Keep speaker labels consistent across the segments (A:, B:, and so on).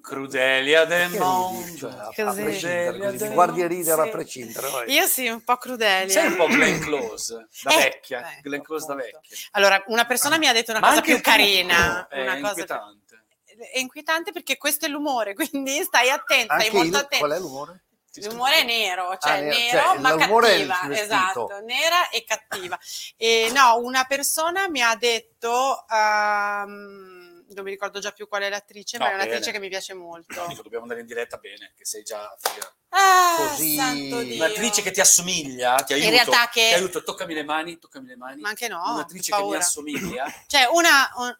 A: Crudelia del
B: Monte,
A: mondo.
B: Cioè,
A: cioè,
B: a
C: Così.
B: prescindere,
A: Crudelia
B: quindi
A: del-
B: mi guardi e ridere a
C: Sì.
B: prescindere. vai.
C: Io sì, un po' crudele.
A: Sei un po' Glenn Close, da
C: Eh,
A: vecchia.
C: ecco,
A: Glenn Close da
C: appunto.
A: vecchia.
C: Allora, una persona mi ha detto una
A: Ma
C: cosa
A: anche
C: più
A: tu, eh,
C: carina.
A: È
C: una cosa più-
A: inquietante.
C: è inquietante perché questo è l'umore, quindi stai attento, stai
B: Anche
C: molto
B: il,
C: attento.
B: qual è l'umore?
A: Ti
C: L'umore è
A: scuso.
C: nero, cioè
B: nero,
C: nero
B: cioè,
C: ma
B: l'umore è il
C: cattiva,
B: vestito.
C: esatto, nera e cattiva. E no, una persona mi ha detto, ehm, non mi ricordo già più qual è l'attrice,
A: No,
C: ma è un'attrice
A: bene.
C: che mi piace molto.
A: Dico, dobbiamo andare in diretta bene, che sei già figa.
C: Ah,
B: Così-
C: santo Dio.
A: Un'attrice che ti assomiglia, ti aiuto,
C: realtà che-
A: ti aiuto, toccami le mani, toccami le mani.
C: Ma anche no,
A: Un'attrice
C: ho
A: che mi
C: paura.
A: assomiglia,
C: Cioè una... un-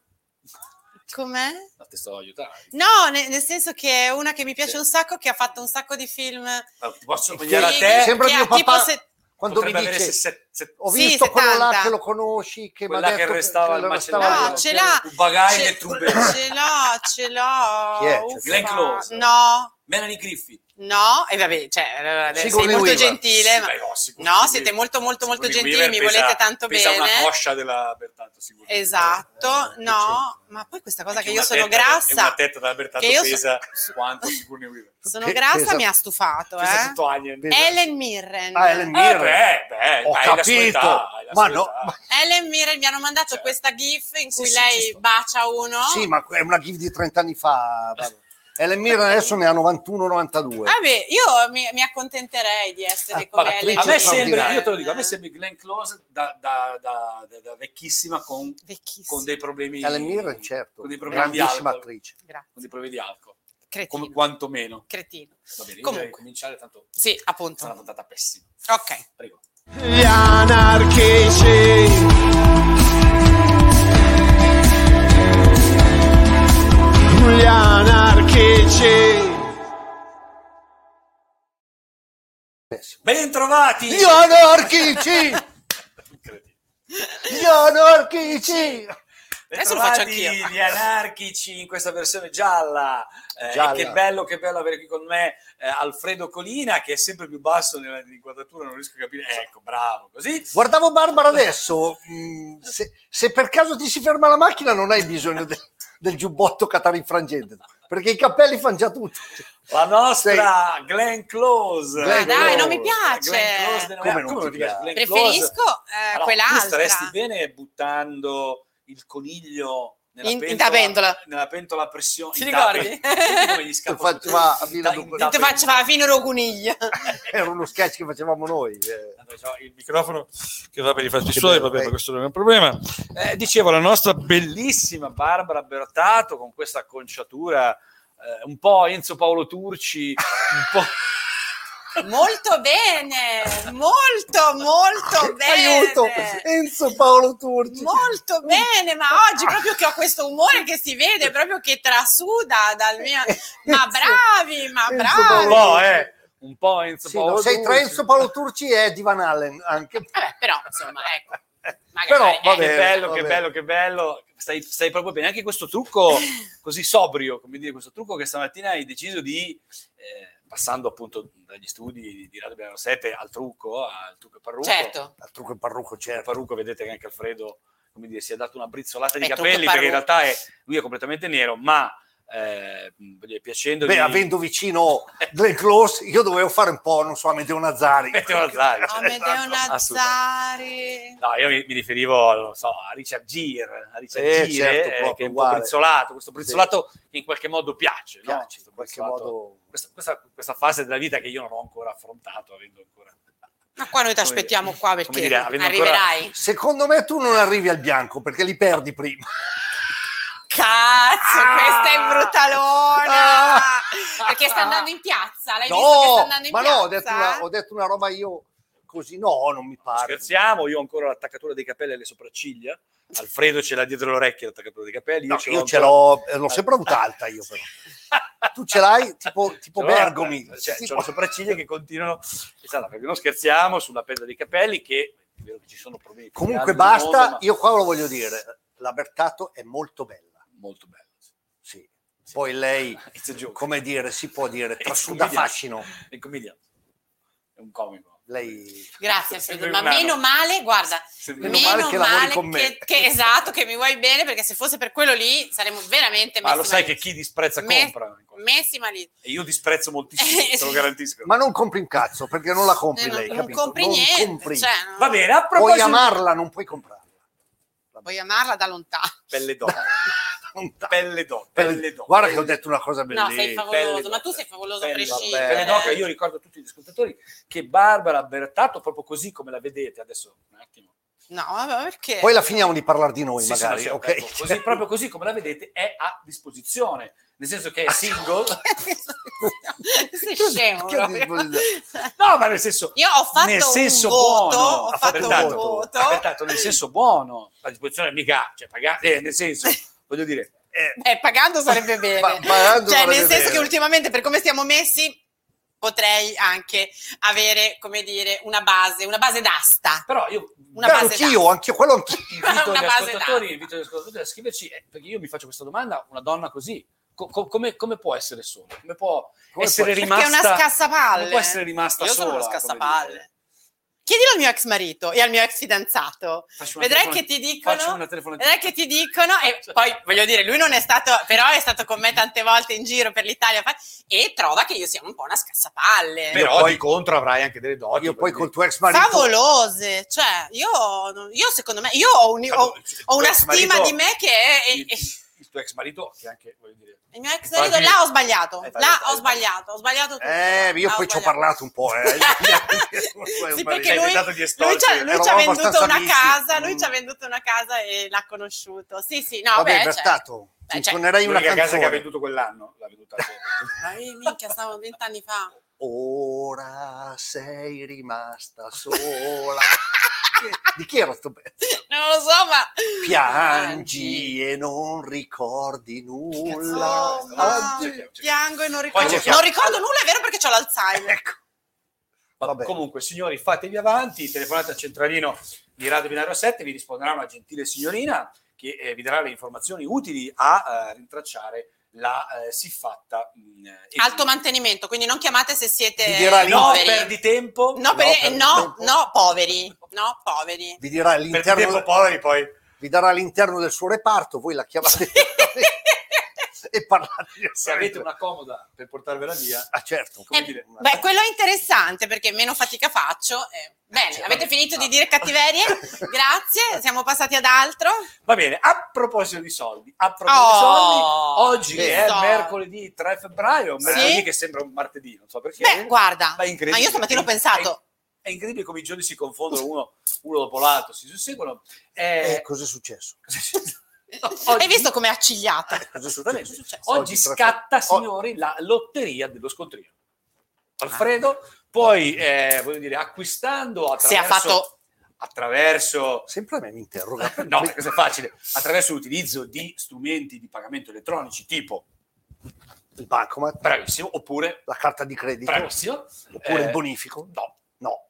C: Com'è?
A: ma ti sto aiutando.
C: No, ne- nel senso che è una che mi piace
A: Sì.
C: un sacco, che ha fatto un sacco di film.
A: Ma ti posso
B: Sì,
A: somigliare a te?
B: sembra
C: che
B: mio
C: ha tipo
B: papà.
C: se-
B: Quando mi
A: potrebbe avere
B: dice,
A: se- se-
B: ho
C: Sì,
B: visto quello là
C: 70.
B: che lo conosci, che mi ha
A: Quella che
B: detto che-
A: arrestava il
B: che lo
A: macellaio.
B: arrestava
C: No,
B: il
C: ce
B: macellaio.
C: l'ha.
A: un bagaglio
C: ce,
A: e trubero.
C: ce l'ho, ce l'ho.
B: Chi è?
C: Uffa.
A: Glenn Close.
C: No,
A: Melanie Griffith.
C: no, e vabbè, cioè, allora, adesso sei
B: Sigourney
C: molto
B: Weaver.
C: gentile,
A: Sì,
C: ma-
A: beh, no, sicuro,
C: no,
A: sì,
C: siete
A: sì.
C: molto molto molto
A: Sigourney
C: gentili,
A: Weaver
C: mi
A: pesa-
C: volete tanto
A: pesa una
C: bene.
A: coscia della Bertazzo, sicuramente.
C: Esatto,
B: Eh,
C: no,
B: sì.
C: ma poi questa cosa
A: Anche
C: che io
A: una
C: sono
A: tetta- e Una
C: grassa,
A: tetta della Bertazzo
C: che io so-
A: pesa quanto Sigourney Weaver.
C: sono
B: Pe-
C: grassa
B: pesa-
C: mi ha stufato,
A: Pesa
C: eh.
A: tutto Alien.
B: Pesa-
C: Ellen Mirren.
B: Ah, Ellen
A: Eh,
B: Mirren.
A: beh, beh,
B: Ho
A: ma è la sua
B: capito,
A: età, è la
B: ma
A: sua
B: no,
A: età.
B: ma-
C: Ellen Mirren mi hanno mandato
A: Cioè,
C: questa gif in cui
A: sì,
C: lei
A: ci sto.
C: bacia uno.
B: Sì, ma è una gif di 30 anni fa. vabbè. Ellen Mirren adesso ne ha 91-92.
C: Vabbè, io mi, mi accontenterei di essere
B: Ah,
C: come Ah,
B: attrice
C: Ellen
A: a me
B: Dice
A: sembra,
B: straordinario.
A: io te lo dico, a me sembra Glenn Close da, da- da- da- da vecchissima con,
C: Vecchissima.
A: con dei problemi
B: Ellen Mirren, certo,
A: con dei problemi di
B: grandissima
A: alcol, con
B: attrice.
C: Grazie.
A: dei problemi di alcol,
C: Cretino.
A: come quantomeno.
C: Cretino.
A: Va bene, io
C: Comunque.
A: devo cominciare tanto
C: Sì,
A: sarà una
C: appunto.
A: puntata pessima.
C: Ok.
A: Prego.
D: Gli anarchici. Gli anarchici.
B: Pessimo.
A: Bentrovati!
B: Gli anarchici!
A: Incredibile.
B: Gli anarchici!
C: Adesso lo faccio
A: Bentrovati,
C: anch'io.
A: Gli anarchici in questa versione gialla. Eh,
B: Gialla.
A: Che bello, che bello avere qui con me eh, Alfredo Colina, che è sempre più basso nella inquadratura, non riesco a capire. Ecco, bravo, così.
B: Guardavo Barbara adesso, mh, se, se per caso ti si ferma la macchina non hai bisogno del, del giubbotto catarifrangente, perché i capelli fanno già tutto.
A: La nostra Glenn Close.
C: Ah,
B: Ma dai, non mi
C: piace.
A: Glenn Close della-
B: Come non ti
A: piace?
B: piace?
A: Glenn Close?
C: Preferisco eh,
A: Allora, Tu
C: quell'altra.
A: staresti bene buttando il coniglio nella
C: In- in
A: pentola,
C: tapentola.
A: nella pentola a pressione.
C: Ti
A: in
C: ricordi?
A: tape- tutti come gli scappa-
B: Faceva
A: in
B: Villa
A: ta- in
B: Ducati.
C: Ti
A: tape-
C: faccio la fine roguniglia.
B: Era uno sketch che facevamo noi. eh.
A: Tanto c'ho il micro-
E: microfono che va per i fatti
B: Che
E: suoi,
B: bello,
E: va bene,
B: eh.
E: questo non è un problema. Eh, dicevo, la nostra bellissima
A: Bellissima Barbara Bertato con questa acconciatura eh, un po' Enzo Paolo Turci, un po'...
C: molto bene, molto, molto bene.
B: Aiuto! Enzo Paolo Turci.
C: Molto bene, ma oggi proprio che ho questo umore che si vede, proprio che trasuda dal mio... Ma bravi, ma
B: Enzo
A: un
B: Paolo-
C: bravi.
A: po', eh, un po' Enzo
B: Ah, Sì,
A: Paolo
B: no, sei tra
A: Turci.
B: Enzo Paolo Turci e Divan Allen anche.
C: Vabbè, però, insomma, ecco.
B: Però,
C: Magari,
B: va
C: eh,
A: che
B: bene,
A: bello,
B: va
A: che
B: bene.
A: bello, che bello. Stai, stai proprio bene. Anche questo trucco così sobrio, come dire, questo trucco che stamattina hai deciso di, eh, passando appunto dagli studi di Radio Milano 7 al trucco, al trucco e parrucco.
C: Certo.
B: Al trucco e parrucco
A: Al
B: certo.
A: parrucco Eh, vedete che anche Alfredo, come dire, si è dato una brizzolata di
C: È trucco e
A: capelli perché in
C: parrucco.
A: realtà è- lui è completamente nero, ma eh, voglio dire, piacendo
B: Beh, avendo vicino Glenn Close, io dovevo fare un po', non so, Amedeo Nazari.
A: Metteva Zari.
C: Amedeo Nazari.
A: No, io mi, mi riferivo non so, a Richard Gere, a Richard
B: Eh,
A: Gere,
B: certo,
A: eh,
B: proprio,
A: che è un po'
B: uguale.
A: brizzolato, questo brizzolato che in qualche modo piace, no?
B: Piace,
A: Questo
B: in qualche
A: brizzolato-
B: modo...
A: Questa, questa- questa fase della vita che io non ho ancora affrontato, avendo ancora...
C: Ma qua noi ti
A: Come
C: aspettiamo
A: dire-
C: qua
A: come
C: perché
A: dire, avendo ancora-
C: arriverai.
B: Secondo me tu non arrivi al bianco perché li perdi prima.
C: Cazzo,
B: Ah!
C: questa è brutalona!
B: Ah!
C: Perché sta andando in piazza, l'hai visto che sta
B: No,
C: andando in
B: ma
C: piazza?
B: no, ho detto, una, ho detto una roba io così, no, non mi pare.
A: Scherziamo, io ho ancora l'attaccatura dei capelli alle sopracciglia, Alfredo ce l'ha dietro l'orecchia l'attaccatura dei capelli,
B: No,
A: io ce l'ho...
B: io ce
A: ancora-
B: l'ho, eh, l'ho sempre avuta alta io però. Tu ce l'hai tipo, tipo
A: Ce l'ho-
B: Bergomi.
A: Cioè,
B: Tipo-
A: c'ho le sopracciglia che continuano... Esatto, perché non scherziamo sulla pelle dei capelli che... È vero che ci sono problemi.
B: Comunque
A: di moda,
B: basta,
A: ma-
B: io qua lo voglio dire, la Bertato è molto bella,
A: Molto bello.
B: sì. Poi lei,
A: It's a joke.
B: come dire, si può dire,
A: It's
B: trasuda
A: comedian.
B: fascino.
A: È un comedian. È un comico.
B: lei...
A: Sempre
C: Grazie Alfredo, ma
A: umano.
C: meno male, guarda,
A: Sempre
C: meno
B: Meno
A: umano.
B: male
C: male,
B: che lavori con me.
C: che, che- esatto, che mi vuoi bene, perché se fosse per quello lì saremmo veramente
A: Ma
C: messi
A: lo sai che
C: malissimo.
A: chi disprezza
C: Me-
A: compra.
C: messi malissimo.
A: E io disprezzo moltissimo,
C: Eh,
A: te lo
C: sì.
A: garantisco.
B: Ma non compri un cazzo, perché non la compri
C: Eh, no,
B: lei,
C: non
B: capito?
C: compri
B: Non
C: niente,
B: compri.
C: cioè, no.
A: Va bene, a
B: Puoi
A: proposito
B: amarla, non puoi comprarla.
C: Voglio amarla da lontano.
A: pelle d'oro,
B: Non ta-
A: pelle d'oro,
B: Pelle-
A: pelle d'oro.
B: Guarda che ho detto una cosa
C: No,
B: bellissima.
C: sei
A: belle
C: favoloso, ma tu
A: donne.
C: sei favoloso a
A: Pelle d'oro.
C: prescindere.
A: Pelle d'oro. Io ricordo a tutti gli ascoltatori che Barbara Bertatto, proprio così come la vedete adesso, un attimo.
F: No, vabbè, perché?
B: Poi la finiamo di parlare di noi,
A: Sì, sì,
B: magari.
A: sì,
B: ok?
A: ecco, così- proprio così come la vedete è a disposizione, nel senso
C: Ah,
A: che è single.
C: sei scemo.
B: Che
C: proprio.
A: No, ma nel senso
C: Io ho fatto
A: nel senso
C: un voto,
A: buono,
C: ho
B: fatto un
A: Bertatto,
C: voto.
A: Bertatto, nel senso buono, a disposizione mica, cioè pagate, eh, nel senso, voglio dire, eh,
C: Eh, pagando sarebbe bene.
B: Pa- pagando
C: cioè,
B: sarebbe
C: nel senso
B: bene.
C: che ultimamente, per come stiamo messi, potrei anche avere, come dire, una base, una base d'asta.
A: però io
C: Una
B: Beh,
C: base
B: anch'io, anch'io, quello anch'io.
A: invito gli
C: Una base
A: ascoltatori,
C: d'arte.
A: invito gli ascoltatori a scriverci, eh, perché io mi faccio questa domanda, una donna così, co- co- come, come può essere sola? Come può
B: Come
A: essere
B: può-
A: rimasta...
C: Perché è una scassapalle.
A: Come può essere rimasta
C: Io
A: sola?
C: sono uno
A: come dire?
C: scassapalle. Chiedilo al mio ex marito e al mio ex fidanzato.
A: Faccio una
C: Vedrai che
A: telefonata-
C: ti dicono.
A: Faccio una telefonata.
C: Vedrai che ti dicono. E poi voglio dire, lui non è stato, però è stato con me tante volte in giro per l'Italia fa- e trova che io sia un po' una scassapalle.
B: Però
E: Però
B: poi-
E: di contro avrai anche delle doti.
B: Io poi
E: perché-
B: col tuo ex marito...
C: favolose. Cioè, io, non- io secondo me, io ho, un- ho-
A: cioè,
C: ho una stima di me che è.
A: Il,
C: e- e-
A: il tuo ex marito, che anche, voglio dire...
C: il mio ex
A: Infatti-
C: marito, là ho sbagliato.
A: Eh, vai,
C: Là
A: vai,
C: ho
A: vai.
C: sbagliato, ho sbagliato tutto.
B: Eh, io
C: Là ho
B: poi ci ho
C: sbagliato.
B: parlato un po', eh.
C: sì,
A: Cioè,
C: perché
A: hai
C: lui,
A: tentato di
C: lui ci
A: estorcere,
C: ha, lui ci ha
B: cioè, eravamo
C: venduto
B: abbastanza
C: una
B: amici.
C: casa, lui
B: Mm.
C: ci ha venduto una casa e l'ha conosciuto. Sì, sì, no,
B: Vabbè,
C: beh,
B: Bertato,
C: Beh,
B: ti
C: cioè-
B: suonerai una
A: L'unica casa che ha
B: canzone.
A: venduto quell'anno, l'ha venduta.
C: cioè, ma eh, minchia, stavo vent'anni fa.
B: Ora sei rimasta sola. Di chi era sto pezzo?
C: Non lo so, ma
B: Piangi e non ricordi nulla.
A: Ah,
C: Cazzo, Oh, ma-
B: Oggi-
C: piango e non
A: Poi
C: ricordo.
A: c'è-
C: Non ricordo nulla, è vero perché ho l'Alzheimer.
B: Ecco.
A: Ma
B: Vabbè.
A: comunque, signori, fatevi avanti, telefonate al centralino di Radio Binario 7, vi risponderà una gentile signorina che eh, vi darà le informazioni utili a eh, rintracciare la eh, siffatta mh, edilizia.
C: Alto mantenimento, quindi non chiamate se siete
B: Vi dirà lì-
A: No,
C: poveri.
A: perdi tempo.
C: No, per-
B: per-
C: no,
B: per-
C: no, poveri. No, poveri.
B: Vi dirà
A: Perdi tempo
B: all'interno,
A: poveri poi.
B: vi darà all'interno del suo reparto, voi la chiamate e parlate.
A: Se avete una comoda per portarvela via,
B: Ah, certo.
A: come
C: Eh,
A: dire,
C: Beh, quello è interessante perché meno fatica faccio. eh. Bene,
A: Cioè,
C: avete
A: vabbè,
C: finito
A: no.
C: di dire cattiverie? Grazie, siamo passati ad altro.
A: Va bene, a proposito di soldi, a proposito di
C: Oh,
A: soldi, oggi
C: che
A: è
C: soldi.
A: mercoledì 3 febbraio,
C: Sì?
A: mercoledì che sembra un martedì, non so perché.
C: Beh, guarda,
A: Ma è incredibile.
C: Ah, ma io stamattina ho pensato,
A: È, è incredibile come i giorni si confondono uno, uno dopo l'altro, si susseguono.
B: Eh,
A: Eh,
B: cos'è successo?
A: oggi-
C: hai visto come è accigliata?
B: Cos'è
A: Assolutamente.
B: successo?
A: Oggi
B: tra- Oh,
A: scatta,
B: o-
A: signori, la lotteria dello scontrino.
C: Ah.
A: Alfredo, poi, eh, voglio dire, acquistando
C: Se ha
A: attraverso...
C: fatto-
A: Attraverso
B: Sempre a me mi interroga.
A: No, perché questo è facile. Attraverso l'utilizzo di strumenti di pagamento elettronici tipo
B: Il bancomat,
A: bravissimo, oppure
B: la carta di credito,
A: bravissimo,
B: oppure il
A: eh,
B: bonifico.
A: no,
B: No,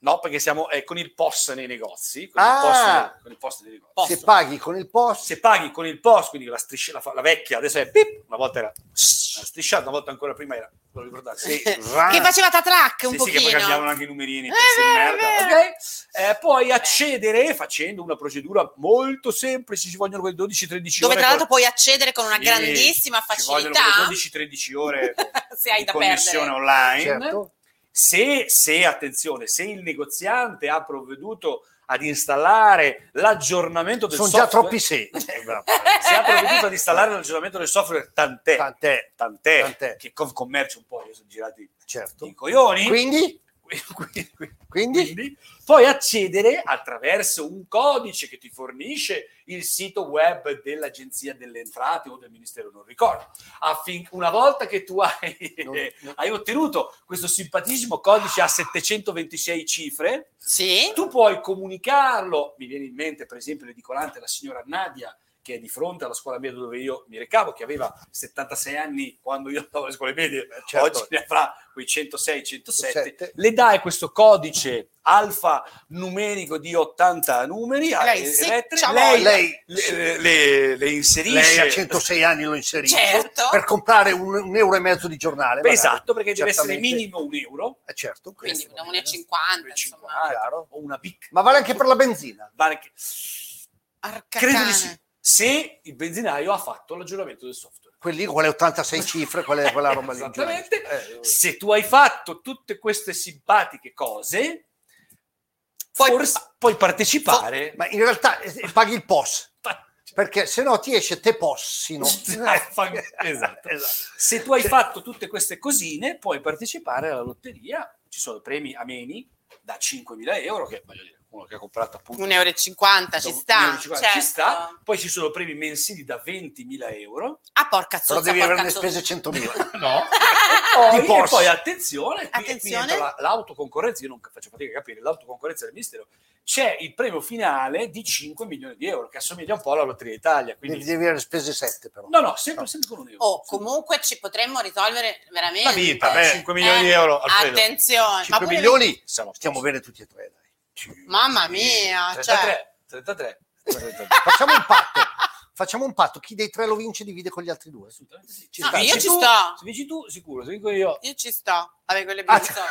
A: no, perché siamo eh, con il POS nei negozi. Con,
B: Ah!
A: il, POS nei, con il POS nei negozi.
B: se paghi con il post,
A: Se paghi con il POS, quindi la striscia, la, fa- la vecchia, adesso è pip, una volta era strisciata, una volta ancora prima era, ve lo ricordate?
B: sì,
C: che faceva tatrac un
A: Ah. Sì, sì, che poi cambiavano
C: pochino.
A: anche i numerini,
C: Eh,
A: pezzi di
C: beh,
A: merda.
C: beh.
A: ok? Eh, puoi accedere facendo una procedura molto semplice, ci vogliono quelle 12-13
C: Dove
A: ore.
C: tra l'altro
A: con-
C: puoi accedere con una
A: Sì,
C: grandissima
A: ci vogliono
C: facilità.
A: quelle 12-13 ore
C: Se hai
A: di
C: da
A: connessione
C: perdere.
A: online.
B: certo.
A: Se, se, attenzione, se il negoziante ha provveduto ad installare l'aggiornamento del
B: Sono già
A: software, Eh,
B: troppi Cioè, se.
A: se ha provveduto ad installare l'aggiornamento del software, tant'è,
B: Tant'è,
A: tant'è,
B: tant'è.
A: che con commercio un po' io sono girati i
B: certo.
A: coglioni.
B: Quindi,
A: Quindi- quindi-
B: quindi,
A: quindi puoi accedere attraverso un codice che ti fornisce il sito web dell'Agenzia delle Entrate o del Ministero, non ricordo. Affin- una volta che tu hai,
B: Non- non-
A: eh, hai ottenuto questo simpatissimo codice a 726 cifre,
C: Sì,
A: tu puoi comunicarlo. Mi viene in mente, per esempio, l'edicolante, la signora Nadia, che è di fronte alla scuola media dove io mi recavo, che aveva 76 anni quando io andavo alle scuole medie,
B: certo.
A: oggi ne avrà quei 106, 107,
B: Sette.
A: le dai questo codice alfa numerico di 80 numeri, a-
F: Lei
A: e
F: sì,
A: lettere,
F: c'ha
A: lei,
B: voglia. Lei-
A: le, le- le inserisce.
B: Lei a 106 anni lo inserisce
C: Certo.
B: per comprare un, un euro e mezzo di giornale.
A: Beh,
B: magari.
A: esatto, perché deve essere
B: Certamente.
A: minimo un euro,
B: Eh, certo.
C: Quindi da
A: Questo,
C: 1,50 insomma.
A: 1,50,
B: Chiaro.
A: o una picca.
B: Ma vale anche per la benzina.
A: Vale che-
F: Arca
A: Credo
F: cane.
A: di sì. Se il benzinaio ha fatto l'aggiornamento del software.
B: Quelli con le 86 cifre, quelle- quella roba lì.
A: Esattamente.
B: Eh,
A: Se tu hai fatto tutte queste simpatiche cose,
C: Puoi-
A: forse puoi partecipare.
B: ma in realtà eh, paghi il POS, perché se no ti esce te possino.
A: Esatto.
B: Esatto.
A: Se tu hai fatto tutte queste cosine, puoi partecipare alla lotteria. Ci sono premi ameni da 5.000 euro, che voglio dire, uno che ha comprato appunto
C: 1,50 euro ci
A: un
C: sta.
A: euro e cinquanta, ci
C: certo.
A: sta. Poi ci sono premi mensili da 20.000 euro.
C: Ah, porca
B: Però
C: zozza,
B: devi
C: porca
B: averne
C: zozza.
B: spese 100.000.
A: No.
B: Di
A: poi, e
B: posto.
A: poi attenzione, qui, qui
F: Attenzione.
A: entra la- l'autoconcorrenza, io non faccio fatica a capire, l'autoconcorrenza del mistero. C'è il premio finale di 5 milioni di euro, che assomiglia un po' alla Lotteria d'Italia.
B: Devi,
A: Quindi,
B: devi averne spese 7 però.
A: no, no, sempre, sempre con un euro.
C: Oh, comunque ci potremmo risolvere veramente.
E: La vita, beh, 5 milioni
C: Eh,
E: di euro, Alfredo.
C: Attenzione,
B: 5
C: pure-
B: milioni,
A: Siamo a
B: stiamo
A: posto.
B: bene tutti e tre. Dai. Ci-
C: Mamma mia, cioè,
A: 33, 33, 33.
B: Facciamo un patto. Facciamo un patto. Chi dei tre lo vince divide con gli altri due.
A: Assolutamente sì. Ci
C: No,
A: sta.
C: Ah, io
A: Se
C: ci
A: tu-
C: sto.
A: Se vinci tu, sicuro, se vinco io.
C: io ci sto. Vabbè, quelle
B: Ah,
A: cioè.
C: brianzone.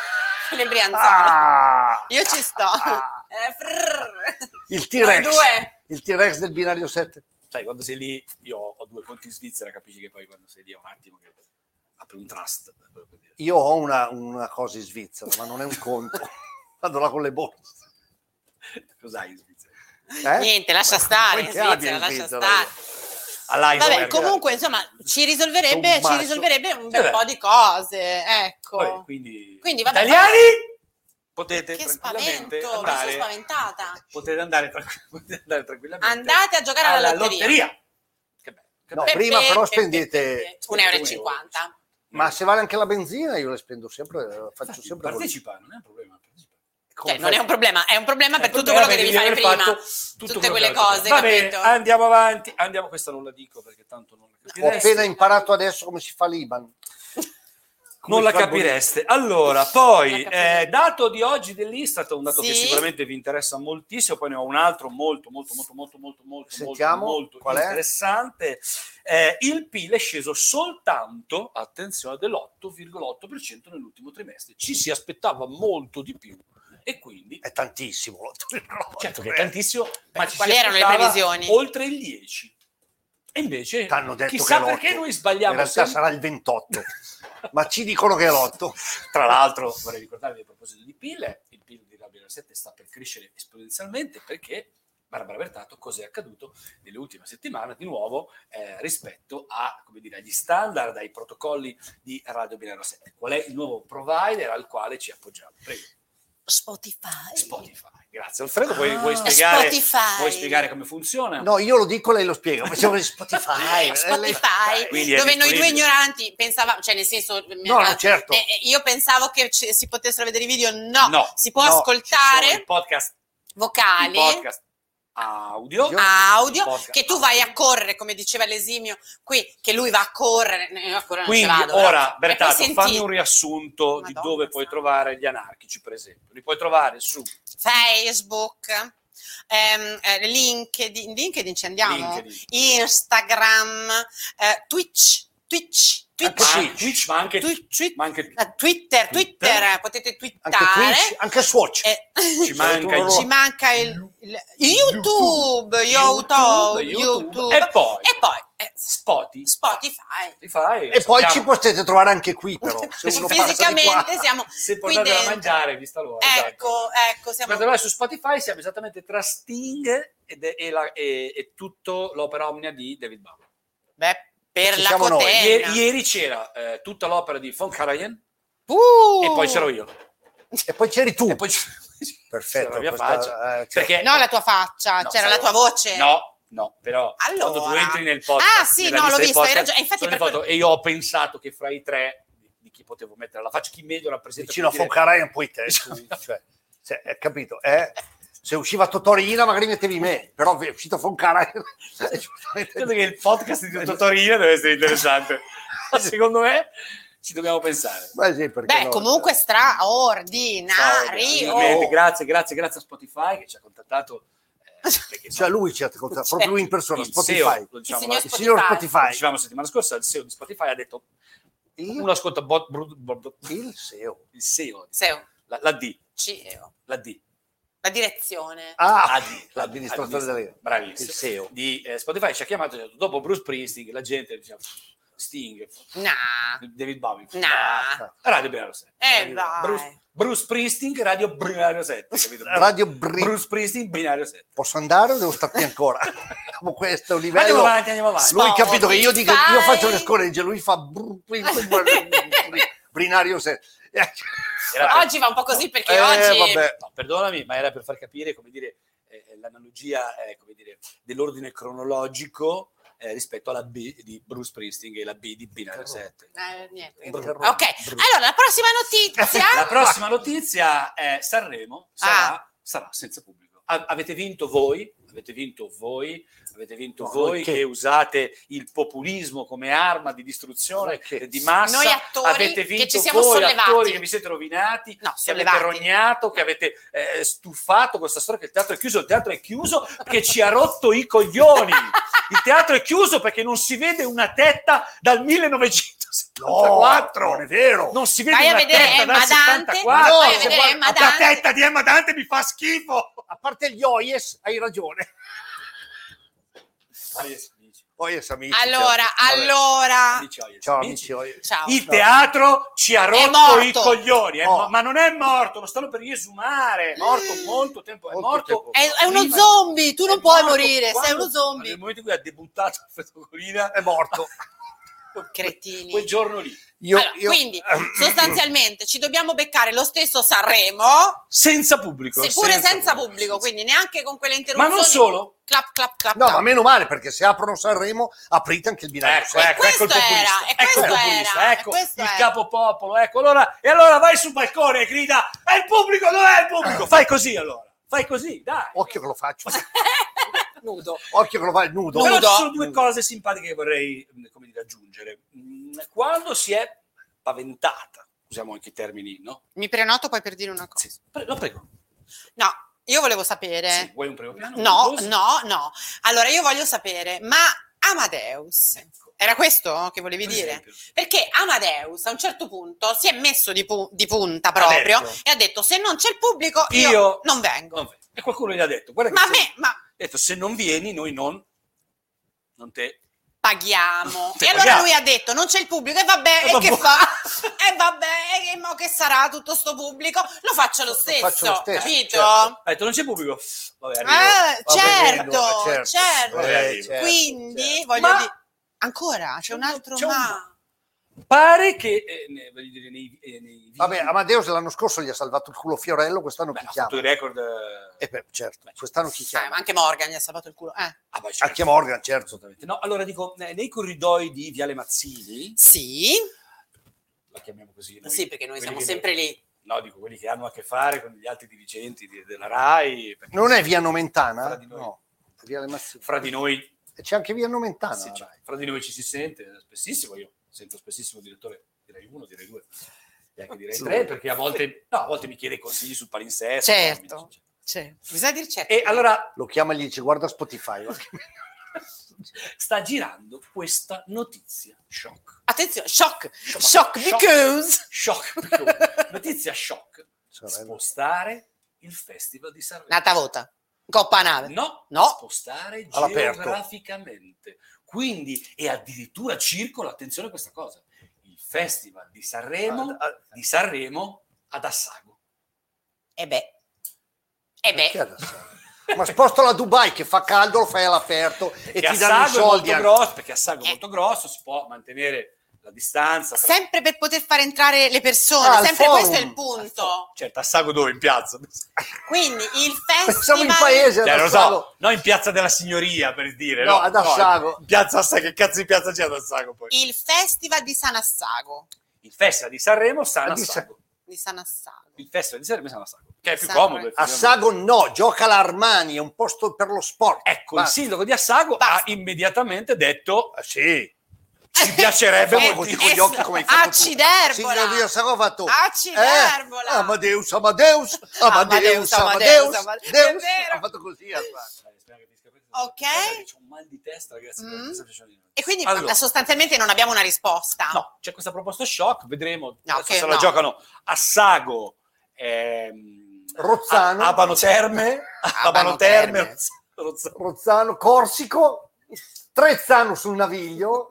C: quelle brianzone.
B: Ah,
C: Io ci sto.
B: Ah.
C: Eh, frrr.
B: il
C: Noi
B: T-Rex.
A: eh?
C: due.
B: Il T-Rex del binario 7.
A: Sai, quando sei lì, io ho due conti in Svizzera, capisci che poi quando sei lì è un attimo che apri un trust. quello per dire.
B: Io ho una, una cosa in Svizzera, ma non è un conto. Vado là con le borse.
A: Cos'hai in Svizzera?
B: Eh?
C: Niente, lascia stare,
B: Poi
C: in
B: che abbia
C: Svizzera,
B: in
C: lascia
B: Svizzera,
C: stare. Vabbè,
B: Iceberg.
C: comunque, insomma, ci risolverebbe, ci
B: Tommaso.
C: risolverebbe un bel
A: Vabbè.
C: po' di cose,
A: Vabbè,
C: ecco.
A: quindi,
C: Quindi, vabbè,
A: italiani potete
C: Che
A: tranquillamente
C: spavento, mi sono
A: andare,
C: spaventata.
A: potete andare, tranqu- potete andare tranquillamente
C: Andate a giocare alla lotteria.
A: Che bello, che
B: No,
A: bello.
B: prima però spendete-
C: 1,50 euro.
B: Ma se vale anche la benzina, io le spendo sempre. Faccio
A: Infatti,
B: sempre
A: partecipa, non è un problema. partecipa.
B: come
C: Cioè, non
B: fai-
C: è un problema, è un problema per
A: Eh,
C: tutto
A: problema
C: quello che
A: di
C: devi fare
A: aver
C: prima.
A: fatto tutto
C: Tutte
A: quello che
C: quelle
A: avete fatto.
C: cose,
A: Va bene,
C: capito?
A: andiamo avanti, andiamo, questa non la dico perché tanto non la
B: Ho
A: capireste.
B: appena imparato adesso come si fa l'Iban.
A: Non la
B: Come fa
A: capireste. Allora, poi,
C: Non la capireste.
A: eh, dato di oggi dell'Istat, un dato che
C: Sì.
A: sicuramente vi interessa moltissimo, poi ne ho un altro molto, molto, molto, molto, molto, molto,
B: Sentiamo,
A: molto, molto
B: qual è?
A: interessante. Eh, il PIL è sceso soltanto, attenzione, dell'8,8% nell'ultimo trimestre. Ci si aspettava molto di più e quindi...
B: È tantissimo. l'otto. Eh,
A: Certo che è tantissimo, ma ci si
C: quali erano le
A: aspettava
C: previsioni?
A: Oltre il 10. E invece,
B: T'hanno detto
A: chissà
B: che è
A: perché
B: l'otto.
A: noi
B: In
A: sbagliamo
B: realtà
A: sempre.
B: sarà il 28, ma ci dicono che è l'8.
A: Tra l'altro, vorrei ricordarvi a proposito di PIL, il PIL di Gabriele 7 sta per crescere esponenzialmente perché Barbara Bertato cos'è accaduto nelle ultime settimane di nuovo eh, rispetto a, come dire, agli standard, ai protocolli di Radio Binario 7. Qual è il nuovo provider al quale ci appoggiamo? Prego,
C: Spotify.
A: Spotify. Grazie Alfredo, vuoi,
C: Ah,
A: vuoi spiegare, vuoi spiegare come funziona?
B: No, io lo dico, lei lo spiega. Facciamo di Spotify. Eh,
C: Spotify,
A: Eh, Quindi è
C: dove noi due
A: disponibile.
C: ignoranti pensavamo, cioè nel senso,
B: No, no, certo.
C: eh, eh, io pensavo che ci- si potessero vedere i video, no,
A: No,
C: si può
B: no,
A: Ci sono
C: ascoltare
A: il podcast, il
C: vocali,
A: podcast audio.
C: audio,
A: Il podcast.
C: che tu vai a correre, come diceva l'esimio qui, che lui va a correre, no, io a correre non ci
A: Quindi
C: vado,
A: ora,
C: però. E poi
A: Bertato,
C: senti-
A: fammi un riassunto di
C: Madonna,
A: dove puoi
C: santa.
A: trovare gli anarchici, per esempio. Li puoi trovare su
C: Facebook, ehm, eh, LinkedIn, LinkedIn ci andiamo?
A: LinkedIn,
C: Instagram, eh, Twitch, Twitch, Twitch,
A: ma anche Ecco, Twitch, ma anche,
C: Twi- twi-
A: ma anche-
C: eh, Twitter, Twitter,
A: Twitter.
C: potete twittare.
B: Anche Twitch, anche Swatch.
C: Eh,
A: ci manca il-
C: ci manca il, il- YouTube, YouTube, YouTube.
A: e poi
C: E poi, eh,
A: Spotify.
C: Spotify.
A: Spotify,
B: e poi
A: sappiamo,
B: ci potete trovare anche qui, però. Se uno passa di qua.
C: Fisicamente siamo
A: se
C: qui
A: portate da
C: dentro.
A: mangiare, vista l'ora.
C: Ecco, ecco, siamo
A: Guarda, noi su Spotify siamo esattamente tra Sting ed- e, la- e- e tutto l'opera omnia di David Bowie.
C: beh, per
B: Ci
C: la
B: siamo noi.
C: cotenna.
A: Ieri, ieri c'era eh, tutta l'opera di Von Karajan
C: Uh!
A: e poi c'ero io.
B: E poi c'eri tu.
A: E poi c'era
B: Perfetto.
A: la mia
B: questa-
A: faccia.
B: eh, certo.
A: Perché
C: No, la tua faccia,
A: No,
C: c'era
A: sai-
C: la tua voce.
A: No, no, però
C: Eh. Allora.
A: quando tu entri nel podcast,
C: Ah, sì,
A: nella
C: no,
A: lista
C: l'ho
A: dei
C: visto, hai
A: podcast,
C: ragione. Infatti
A: sono
C: per
A: le foto e io ho pensato che fra i tre di- di chi potevo mettere la faccia, chi meglio rappresenta
B: vicino a
A: per dire-
B: Focarai un po' i testi. cioè, cioè, eh, capito? Eh? se usciva Totorina magari mettevi me, però è uscito Foncara.
A: Credo che il podcast di tutto Torino deve essere interessante. Ma secondo me ci dobbiamo pensare.
B: Beh, sì, perché
C: Beh,
B: no?
C: comunque
A: cioè. Ciao,
C: straordinario.
A: veramente, grazie, grazie, grazie a Spotify che ci ha contattato. eh, perché,
B: Cioè lui ci ha contattato,
C: Cioè,
B: proprio lui in persona,
A: il
B: Spotify.
A: CEO, lo diciamo,
C: Oh, Il signor
B: Il signor
A: lo
B: Spotify.
A: dicevamo settimana scorsa, il CEO di Spotify ha detto
B: Il-
A: uno ascolta bot, brut- bot- bot-
B: Il SEO.
A: il CEO,
C: Seo,
A: la, la D,
C: CEO,
A: la D,
C: oh, la direzione.
B: Ah,
A: AD,
B: l'amministratore
A: amministra-
B: delle...
A: bravissimo.
B: Il SEO.
A: di eh, Spotify ci ha chiamato e ha detto, dopo Bruce Springsteen la gente diceva "Pff, Sting, pff,
B: Ah.
C: Nah,
A: David Bowie, pff,
C: nah.
B: Cioè,
A: Radio Brera 7.
C: Eh, dai.
A: Bruce, Bruce Springsteen, Radio Binario 7. capito?
B: Radio Bri-
A: Bruce Springsteen, Binario 7.
B: Posso andare o devo starti ancora? Dopo questo
A: Andiamo
B: livello...
A: avanti, andiamo avanti.
B: Lui ha capito che io dico, io
C: Spotify.
B: faccio le scorregge, lui fa... brr- brr- brr- brr- brr- Brinario se...
A: Era-
C: Oggi va un po' così perché
B: Eh,
C: oggi...
B: vabbè.
A: No, perdonami, ma era per far capire, come dire, eh, l'analogia eh, come dire, dell'ordine cronologico eh, rispetto alla B di Bruce Springsteen e la B di Binario 7.
C: Eh, niente.
B: Brr-
C: Ok,
B: brr-
C: allora la prossima notizia...
A: La prossima notizia è Sanremo sarà,
C: Ah.
A: sarà senza pubblico. A- avete vinto voi, avete vinto voi, avete vinto
B: No,
A: voi
B: noi
A: che...
B: che-
A: usate il populismo come arma di distruzione
B: Noi che-
A: eh, di massa.
C: Noi attori
A: avete
C: che
A: vinto
C: ci siamo
A: voi,
C: sollevati.
A: attori che vi siete rovinati,
C: No,
A: che avete
C: sollevati.
A: rognato, che avete eh, stufato questa storia che il teatro è chiuso, il teatro è chiuso che ci ha rotto i coglioni. Il teatro è chiuso perché non si vede una tetta dal 1974.
B: cioè, non è vero.
A: Non si vede
C: Vai a
A: una
C: vedere
A: testa
C: Emma
A: dal
C: Dante,
A: 74.
B: vai a
A: se
B: vedere
A: guarda-
C: Emma
A: La
C: Dante.
A: tetta di Emma Dante mi fa schifo.
B: A parte gli OIES, hai ragione. OIES amici.
C: Allora,
B: ciao. Vabbè.
C: allora...
B: Ciao amici OIES.
C: Ciao.
A: Il teatro ci ha rotto
C: morto.
A: i coglioni, è
B: Oh.
A: mo- ma non è morto, lo stanno per riesumare. È morto molto tempo, è
B: Molto
A: morto.
B: tempo
C: È, è uno
A: prima-
C: zombie, tu non
A: è
C: puoi
A: morto
C: morire, sei
A: quando-
C: uno zombie.
A: Nel momento in cui ha debuttato Fetogorina,
B: È morto.
C: Cretini.
A: quel giorno lì,
B: Io,
C: Allora,
B: io-
C: Quindi, sostanzialmente, ci dobbiamo beccare lo stesso Sanremo,
A: senza pubblico.
C: seppure senza, pubblico, quindi neanche con quelle
A: Ma
C: interruzioni.
A: non solo,
C: Clap, clap, clap.
B: No,
C: clap.
B: ma meno male perché se aprono Sanremo aprite anche il binario.
A: Ecco, ecco,
C: cioè,
A: ecco
C: questo
A: il populista,
C: era, e
A: ecco il
C: questo
A: populista,
C: era, e
A: ecco
C: questo
A: il
C: era.
A: capopopolo, ecco allora, e allora vai sul balcone e grida, è il pubblico, dov'è il pubblico? Fai così allora, fai così, dai.
B: Occhio che lo faccio.
C: Nudo.
B: Occhio che lo fai nudo.
A: Però ci
C: nudo.
A: sono due cose simpatiche che vorrei mh, come dire, aggiungere. Mh, Quando si è paventata, usiamo anche i termini, no?
F: Mi prenoto poi per dire una cosa.
A: Sì, pre- lo prego.
F: No, io volevo
A: Sì,
C: Eh.
F: sapere.
A: vuoi un primo piano?
F: No,
A: Cosa?
F: no, no. Allora io voglio sapere, ma Amadeus
A: Ecco,
F: era questo che volevi
A: per
F: dire?
A: esempio.
C: Perché Amadeus a un certo punto si è messo di, pu- di punta proprio
B: detto.
C: e ha detto: Se non c'è il pubblico, io,
A: Io-
C: non vengo.
A: Vabbè, E qualcuno gli ha detto, guarda
C: Ma a
A: che se-
C: me, ma
A: ha detto, se non vieni noi non, non te.
C: paghiamo.
A: Sì,
C: E allora
A: paghiamo.
C: lui ha detto: Non c'è il pubblico, e vabbè,
A: Eh,
C: e
A: vabbè.
C: che fa? E vabbè, e mo che sarà tutto sto pubblico? Lo faccio lo stesso,
B: faccio lo stesso,
C: capito?
B: certo.
A: Ha detto, non c'è pubblico. Vabbè, arrivo.
C: Eh,
B: Va bene,
C: certo,
B: no,
C: certo,
A: Eh, certo,
C: Quindi
B: certo.
C: voglio
A: Ma-
C: dire ancora c'è un altro
A: c'è un-
C: ma.
A: Pare che eh, ne- voglio dire, nei, eh, nei video-
B: Vabbè, Amadeus l'anno scorso gli ha salvato il culo Fiorello, quest'anno
A: Beh,
B: chi
A: ha
B: chiama?
A: fatto i record. eh,
B: Eh, beh, certo, quest'anno chi
C: Eh, ma
B: chiama?
C: anche Morgan gli ha salvato il culo. Eh.
A: ah, beh, certo.
B: Anche Morgan, certo.
A: Assolutamente. No, allora dico, eh, nei corridoi di Viale Mazzini,
C: Sì,
A: la chiamiamo così. noi,
C: sì, perché noi
A: quelli
C: siamo
A: che-
C: sempre lì.
A: No, dico quelli che hanno a che fare con gli altri dirigenti di- della RAI, perché
B: Non è via
A: Fra
B: Nomentana?
A: di noi.
B: No, è via Le Mazzini.
A: fra di noi,
B: E C'è anche via Nomentana.
A: sì, cioè,
B: Ah, dai.
A: fra di noi ci si sente spessissimo, io sento spessissimo il direttore, direi uno, direi due, e anche direi
B: Sì.
A: tre, perché a volte, no, a volte mi chiede consigli sul palinsesto.
C: Certo.
A: no, mi dice-
C: C'è. Bisogna dire certo.
A: E allora
B: Lo chiama e gli dice guarda Spotify. guarda.
A: sta girando questa notizia shock.
C: Attenzione, shock, shock,
A: Shock.
C: because
A: Shock, perché- notizia shock.
B: Sorella.
A: Spostare il festival di Sanremo.
C: Nata vota, Coppa nave.
A: No,
C: No.
A: spostare
B: All'aperto.
A: geograficamente. Quindi, e addirittura circola, attenzione a questa cosa, il Festival di Sanremo,
B: Ah, ah,
A: di Sanremo ad Assago.
C: E Eh beh, e
B: perché
C: Eh beh,
B: Eh, adesso? Ma spostalo a Dubai che fa caldo, lo fai all'aperto e
A: Perché
B: ti danno i
A: Assago è
B: soldi.
A: molto
B: anche.
A: grosso, perché Assago è
C: Eh.
A: molto grosso, si può mantenere la distanza. tra-
C: sempre per poter far entrare le persone,
B: Ah, al
C: sempre
B: forum.
C: questo è il punto.
A: Certo, Assago dove? In piazza?
C: Quindi il
B: Pensavo
C: festival
B: in paese
A: Cioè,
B: ad
A: non lo
B: Cioè, Assago.
A: so, no in piazza della signoria, per dire.
B: No, ad Assago.
A: in piazza Assago, che cazzo di piazza c'è ad Assago poi?
C: il festival di San Assago,
A: Il Festival di Sanremo, San
B: Ah, di Sa-
A: Assago.
C: di San Assago.
A: Il Festival di Sanremo, San Assago. Che è più
F: Sempre.
A: comodo.
B: A Sago no, gioca l'Armani, è un posto per lo sport.
A: Ecco,
B: Ma-
A: il sindaco di Assago ha
F: Basta.
A: immediatamente detto
B: Ah, sì.
A: ci piacerebbe Ecco.
B: Eh,
A: molti-
B: con gli occhi come hai fatto tu.
F: Acciderbola.
B: Sindaco di Assago ha fatto...
C: Ah,
F: Acciderbola.
B: Oh. Eh, Amadeus, Amadeus, Amadeus,
F: Amadeus,
B: Amadeus,
F: Amadeus.
B: Deus.
F: È vero.
B: Ha fatto così Armani.
F: Ok.
A: C'è un mal di testa, ragazzi.
F: Mm.
A: non so se c'è un-
C: E quindi
A: Allora.
C: sostanzialmente non abbiamo una risposta.
A: No, c'è questa proposta shock, vedremo
C: No,
A: adesso
C: che
A: se la
C: no.
A: giocano a Sago, ehm,
B: Rozzano.
A: a- Abano Terme, Abano
C: Abano
A: Terme,
C: Terme.
A: Rozzano-
B: Rozzano, Corsico, Trezzano sul Naviglio,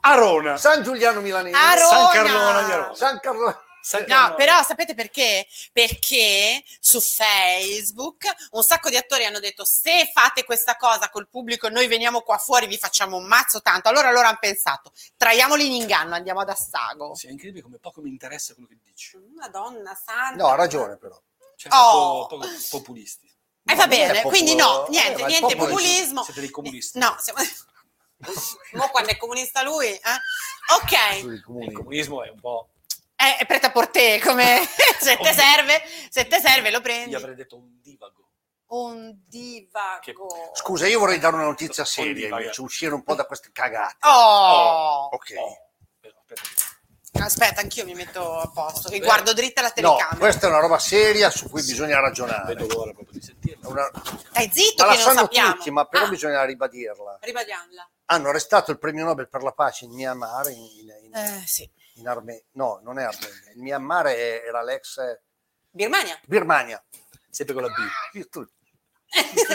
A: Arona.
B: San Giuliano Milanese,
C: Ah,
F: Arona.
A: San Carlone di Arona.
B: San Carlo...
A: San
C: Eh, No,
A: Carlone.
C: però sapete perché? Perché su Facebook un sacco di attori hanno detto se fate questa cosa col pubblico noi veniamo qua fuori, vi facciamo un mazzo tanto. Allora loro hanno pensato, traiamoli in inganno, andiamo ad Assago.
A: Sì, è incredibile come poco mi interessa quello che dici.
C: Madonna santa.
B: No, ha ragione però.
A: Cioè,
C: Oh.
A: poco, poco populisti.
C: E Eh, va
B: No, non è
C: bene,
B: popolo-
C: quindi no,
B: eh,
C: niente,
B: ma il
C: niente
B: popolo-
C: populismo.
A: Siete dei comunisti.
C: No, siamo... Mo quando è comunista lui, eh? Ok, eh,
B: Sui comuni.
A: Il comunismo è un po'...
C: è è preta por te, come se te serve, se te serve lo prendi.
A: Io avrei detto un divago.
C: Un divago.
A: Che-
B: Scusa, io vorrei dare una notizia
A: Sì,
B: seria
A: vai.
B: invece, uscire un po' da queste cagate.
C: Oh.
B: Ok.
A: Oh, però, aspetta che-
C: Aspetta, anch'io mi metto a posto e guardo dritta la
B: Eh, No,
C: telecamera.
B: questa è una roba seria su cui bisogna ragionare.
A: vedo l'ora proprio di sentirlo.
B: Una-
C: Stai zitto
B: Ma la
C: che non
B: sanno
C: sappiamo.
B: tutti, ma però
C: Ah,
B: bisogna ribadirla.
C: ribadiamola.
B: Hanno arrestato il premio Nobel per la pace in Myanmar, in, in, in-
C: Eh, sì.
B: in Arme- no, non è Armenia, il Myanmar è- era l'ex eh,
C: Birmania.
B: Birmania.
A: Sempre con la B.
B: Io tu-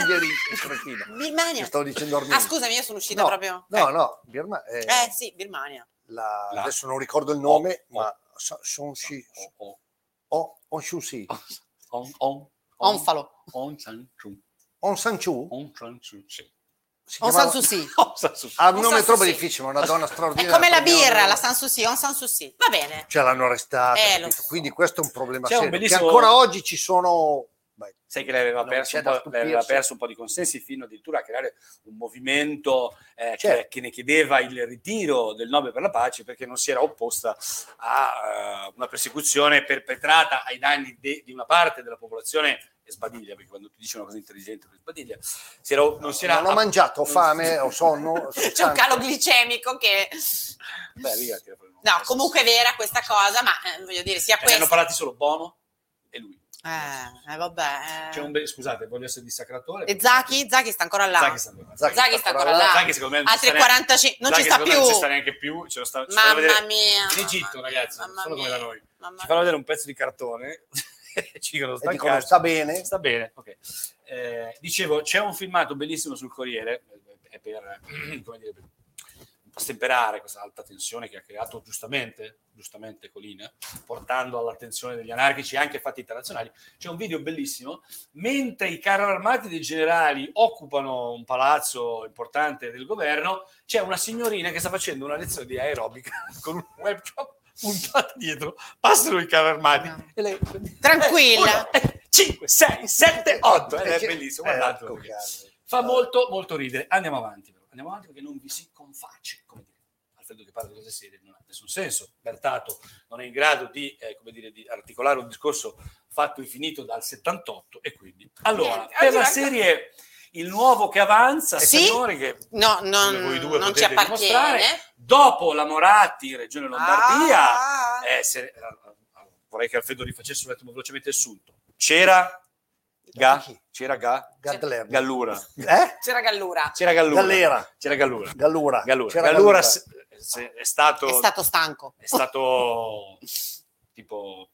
B: ieri, il cretino. Io
C: Birmania.
B: stavo dicendo Armenia.
C: Ah, scusami, io sono uscita
B: no,
C: proprio.
B: No, no, Birma- eh,
C: Eh sì, Birmania.
B: la-
A: La-
B: adesso non ricordo il nome,
A: Oh, oh.
B: ma so- Son Shi,
A: Oh, oh,
B: oh, On Suu Kyi.
A: on, on, on,
C: Onfalo.
A: on, San Suu.
B: On San Suu?
A: On San Suu Kyi.
B: Si
C: On
B: chiamava-
C: San Susi.
A: On San Suu Kyi.
B: Ha un
C: On
B: nome
C: San
B: troppo
C: Suu Kyi.
B: difficile, ma una donna
C: È
B: straordinaria.
C: come la
B: premio Nobel.
C: birra, la San Susi, on San Susi. Va bene.
B: Cioè l'hanno arrestata,
C: Eh,
B: capito?
C: lo so.
B: quindi questo è un problema
A: C'è un
B: serio.
A: bellissimo-
B: Che ancora oggi ci sono... Beh,
A: Sai che lei aveva,
B: Non
A: perso
B: c'è
A: un,
B: da
A: po', lei aveva
B: stupirsi.
A: perso un po' di consensi fino addirittura a creare un movimento eh, che,
B: Certo.
A: che ne chiedeva il ritiro del Nobel per la pace perché non si era opposta a eh, una persecuzione perpetrata ai danni de- di una parte della popolazione e sbadiglia, perché quando tu dici una cosa intelligente tu sbadiglia, si era- non si era...
B: non ho mangiato, ho fame, ho sonno. ho
C: C'è un
B: stanco.
C: calo glicemico che...
A: Beh, riga, tira fuori il nome.
C: No, comunque è vera questa cosa, ma eh, voglio dire, sia
A: Eh, ne hanno
C: questa...
A: parlati solo Bono e lui.
C: Eh, eh, vabbè. eh.
A: C'è un be- scusate, voglio essere dissacratore.
C: E Zaki? Zaki sta ancora là.
A: Zaki sta ancora là.
B: Zaki
C: Zaghi sta ancora
B: là.
C: là.
A: Zaghi, secondo me non ci
C: Altri
A: sta neanche-
C: 45, non ci
A: Zaghi,
C: sta
A: secondo me Non ci sta
C: più.
A: neanche più. Ce lo sta, ci fanno
C: Mamma
A: vedere-
C: mia.
A: In Egitto, ragazzi, non
C: Mamma
A: sono come
C: mia.
A: da noi.
C: Mamma
A: Ci fanno vedere un pezzo di cartone. e ci dicono,
B: E
A: sta,
B: dicono
A: cazzo.
B: sta bene.
A: Sta bene, ok. Eh, dicevo, c'è un filmato bellissimo sul Corriere, eh, è per, come dire, per stemperare questa alta tensione che ha creato giustamente, giustamente Colina, portando all'attenzione degli anarchici anche fatti internazionali. C'è un video bellissimo, mentre i carri armati dei generali occupano un palazzo importante del governo, c'è una signorina che sta facendo una lezione di aerobica con un webcam puntato dietro, passano i carri armati
B: Ah.
C: No.
A: e lei... Eh,
C: Tranquilla.
A: 5, 6, 7, 8. Ed
B: Eh,
A: è
B: sì.
A: bellissimo.
B: Eh,
A: guardate.
B: ecco, cazzo.
A: Fa molto, molto ridere. Andiamo avanti, però. Andiamo avanti perché non vi si confacci. Come dire, Alfredo che parla di cose serie non ha nessun senso. Bertato non è in grado di, eh, come dire, di articolare un discorso fatto e finito dal 78 e quindi... Allora,
C: Niente,
A: per la
C: allora-
A: serie Il Nuovo che avanza,
C: Sì?
A: signore che...
C: No, non,
A: Come voi due
C: non ci
A: potete dimostrare.
C: appartiene.
A: Dopo la Moratti in Regione Lombardia,
C: Ah.
A: eh, se- eh, eh, vorrei che Alfredo rifacesse un attimo velocemente il sunto. C'era Ga, c'era Ga,
B: Gadler.
A: Gallura,
B: Eh?
C: C'era Gallura.
A: c'era Gallura,
B: Gallera.
A: c'era Gallura,
B: Gallura.
A: Gallura,
B: C'era
A: Gallura
B: Gallura.
A: se- se- è stato,
C: È stato stanco.
A: è stato tipo,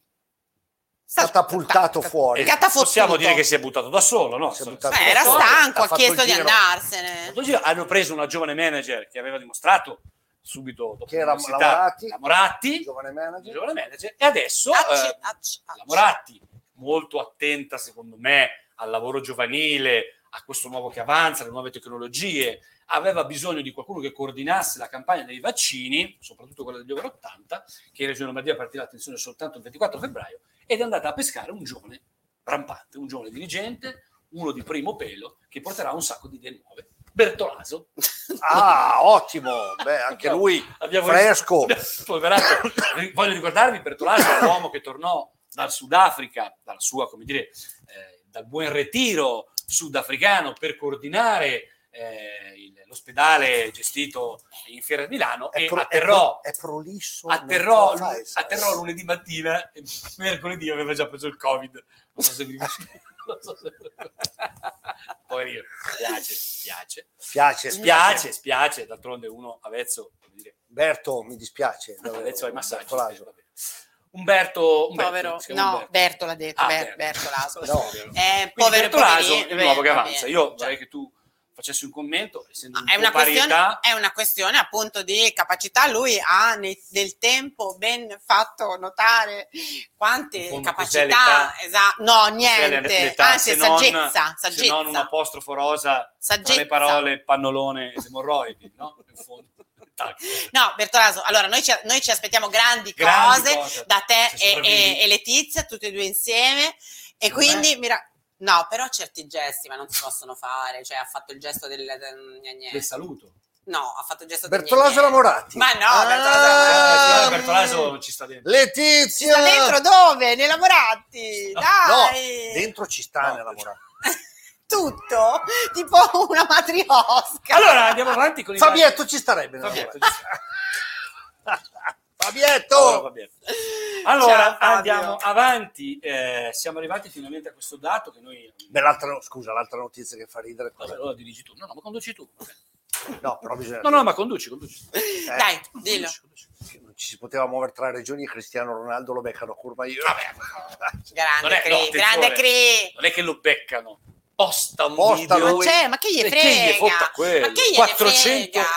B: catapultato fuori.
A: eh,
C: Catafottuto.
A: possiamo dire che si è buttato da solo, no?
B: Si è
A: Insomma,
B: buttato
C: Beh, Eh, era
B: Ha fatto
C: stanco, ha
B: il
C: chiesto di
B: giro.
C: andarsene.
A: Tutto il giro. hanno preso una giovane manager che aveva dimostrato subito dopo
B: Che era
A: l'università,
B: Lavorati.
A: la Moratti,
B: Giovane
A: il
B: manager.
A: giovane manager, e adesso
C: Acci,
A: eh,
C: acci, acci.
A: la Moratti, molto attenta secondo me al lavoro giovanile, a questo nuovo che avanza, alle nuove tecnologie, aveva bisogno di qualcuno che coordinasse la campagna dei vaccini, soprattutto quella degli over 80, che in Regione Lombardia partirà attenzione soltanto il 24 febbraio, ed è andata a pescare un giovane rampante, un giovane dirigente, uno di primo pelo, che porterà un sacco di idee nuove. Bertolaso,
B: Ah, ottimo. Beh, anche lui
A: Abbiamo
B: fresco.
A: Poveraccio, voglio ricordarvi Bertolaso, l'uomo che tornò dal Sudafrica, dalla sua, come dire, eh, dal buon retiro sudafricano per coordinare eh, il- l'ospedale gestito in Fiera di Milano e
B: pro-
A: atterrò,
B: è prolisso.
A: atterrò,
B: non ce la fai, sai.
A: atterrò lunedì mattina e mercoledì aveva già preso il covid. Non so se vi non so se- Poverino, piace, piace.
B: Spiace,
A: Spiace, spiace, d'altronde uno avezzo, come dire,
B: Berto, mi dispiace. davvero,
A: avezzo ai massaggi.
B: Bertolaso.
A: vabbè. Umberto, Umberto,
C: Povero,
A: si chiama
C: no,
A: Umberto.
C: Berto l'ha detto,
A: Ah, Berto.
C: Ber- Berto Laso.
B: No.
C: Eh,
A: Quindi
C: povero
A: Bertolaso
C: poverino,
A: di nuovo che
C: va
A: avanza.
C: bene, Cioè,
A: Io
C: già.
A: vorrei che tu facessi un commento, essendo
C: No,
A: un
C: È
A: po'
C: una, questione,
A: parietà.
C: è una questione appunto di capacità. Lui ha nei- nel tempo ben fatto notare
A: In
C: quante
A: fondo, cos'è
C: capacità,
A: l'età?
C: esatto, no,
A: Cioè, le-
C: niente,
A: l'età,
C: anzi,
A: se
C: è
A: non-
C: saggezza,
A: Se non un
C: saggezza,
A: apostrofo rosa tra
C: saggezza.
A: le parole pannolone ed emorroidi, no? In fondo. Tac.
C: No, Bertolaso, allora noi ci, noi ci aspettiamo grandi,
A: Grandi
C: cose,
A: cose.
C: da te
A: Se
C: e,
A: sopravvivi.
C: e- e Letizia, tutte e due insieme. E
A: Secondo
C: quindi, mira- no, però certi gesti ma non si possono fare. Cioè, ha fatto il gesto del. del- gna gna.
A: Ti saluto.
C: Eh. No, ha fatto il gesto del.
B: Bertolaso
C: gna gna.
B: Lamorati.
C: Ma no,
B: Ah,
A: Bertolaso
C: Bertolaso.
A: Bertolaso non ci sta dentro.
C: Ci
B: Letizia!
C: sta dentro dove? Nei lavorati,
A: No,
B: No,
C: dai!
B: dentro ci sta
A: No,
B: nella Morati.
C: Tutto, tipo una matriosca.
A: Allora andiamo avanti con i
B: Fabietto ci starebbe. nella
A: Fabietto,
B: Morati.
A: ci sta. Allora,
B: Fabietto!
A: Fabietto. Allora,
C: Ciao, Fabio.
A: andiamo avanti. Eh, siamo arrivati finalmente a questo dato che noi.
B: Beh, l'altra, no- scusa, l'altra notizia che fa ridere.
A: Vabbè, allora dirigi tu. No, no, ma conduci tu. Vabbè.
B: No, però bisogna...
A: No, no, ma conduci, conduci.
C: Eh, Dai, dillo.
A: Conduci, conduci.
B: Non ci si poteva muovere tra regioni e Cristiano Ronaldo lo beccano a curva io.
A: Non
C: Grande
A: è- no,
C: Cri, grande
A: attenzione.
C: Cri.
A: Non è che lo beccano. Posta un
B: Posta
A: video.
B: lui.
C: Ma c'è, ma che gli
A: E
C: frega?
A: che Eh, gli fotta
C: ma
A: quello?
C: che gli
A: 400
C: frega?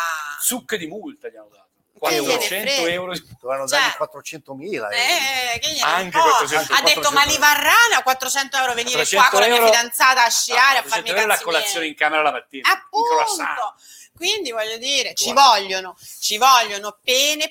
A: zucche di multa gli hanno dato.
C: Che gliene
A: 400
C: frega?
A: euro. di-
B: Dovevano
C: Cioè-
B: dargli 400.000 euro.
C: Eh, che gliene
A: Anche
C: importa?
A: 400,
C: ha detto
A: 400.
C: ma li varranno a 400 euro venire qua
A: 400
C: con la mia
A: euro-
C: fidanzata a sciare
A: Ah,
C: a farmi
A: 400 euro la
C: cazzi
A: colazione
C: miei.
A: in camera la mattina. in croissant.
C: Appunto. Quindi voglio dire, ci vogliono, ci vogliono pene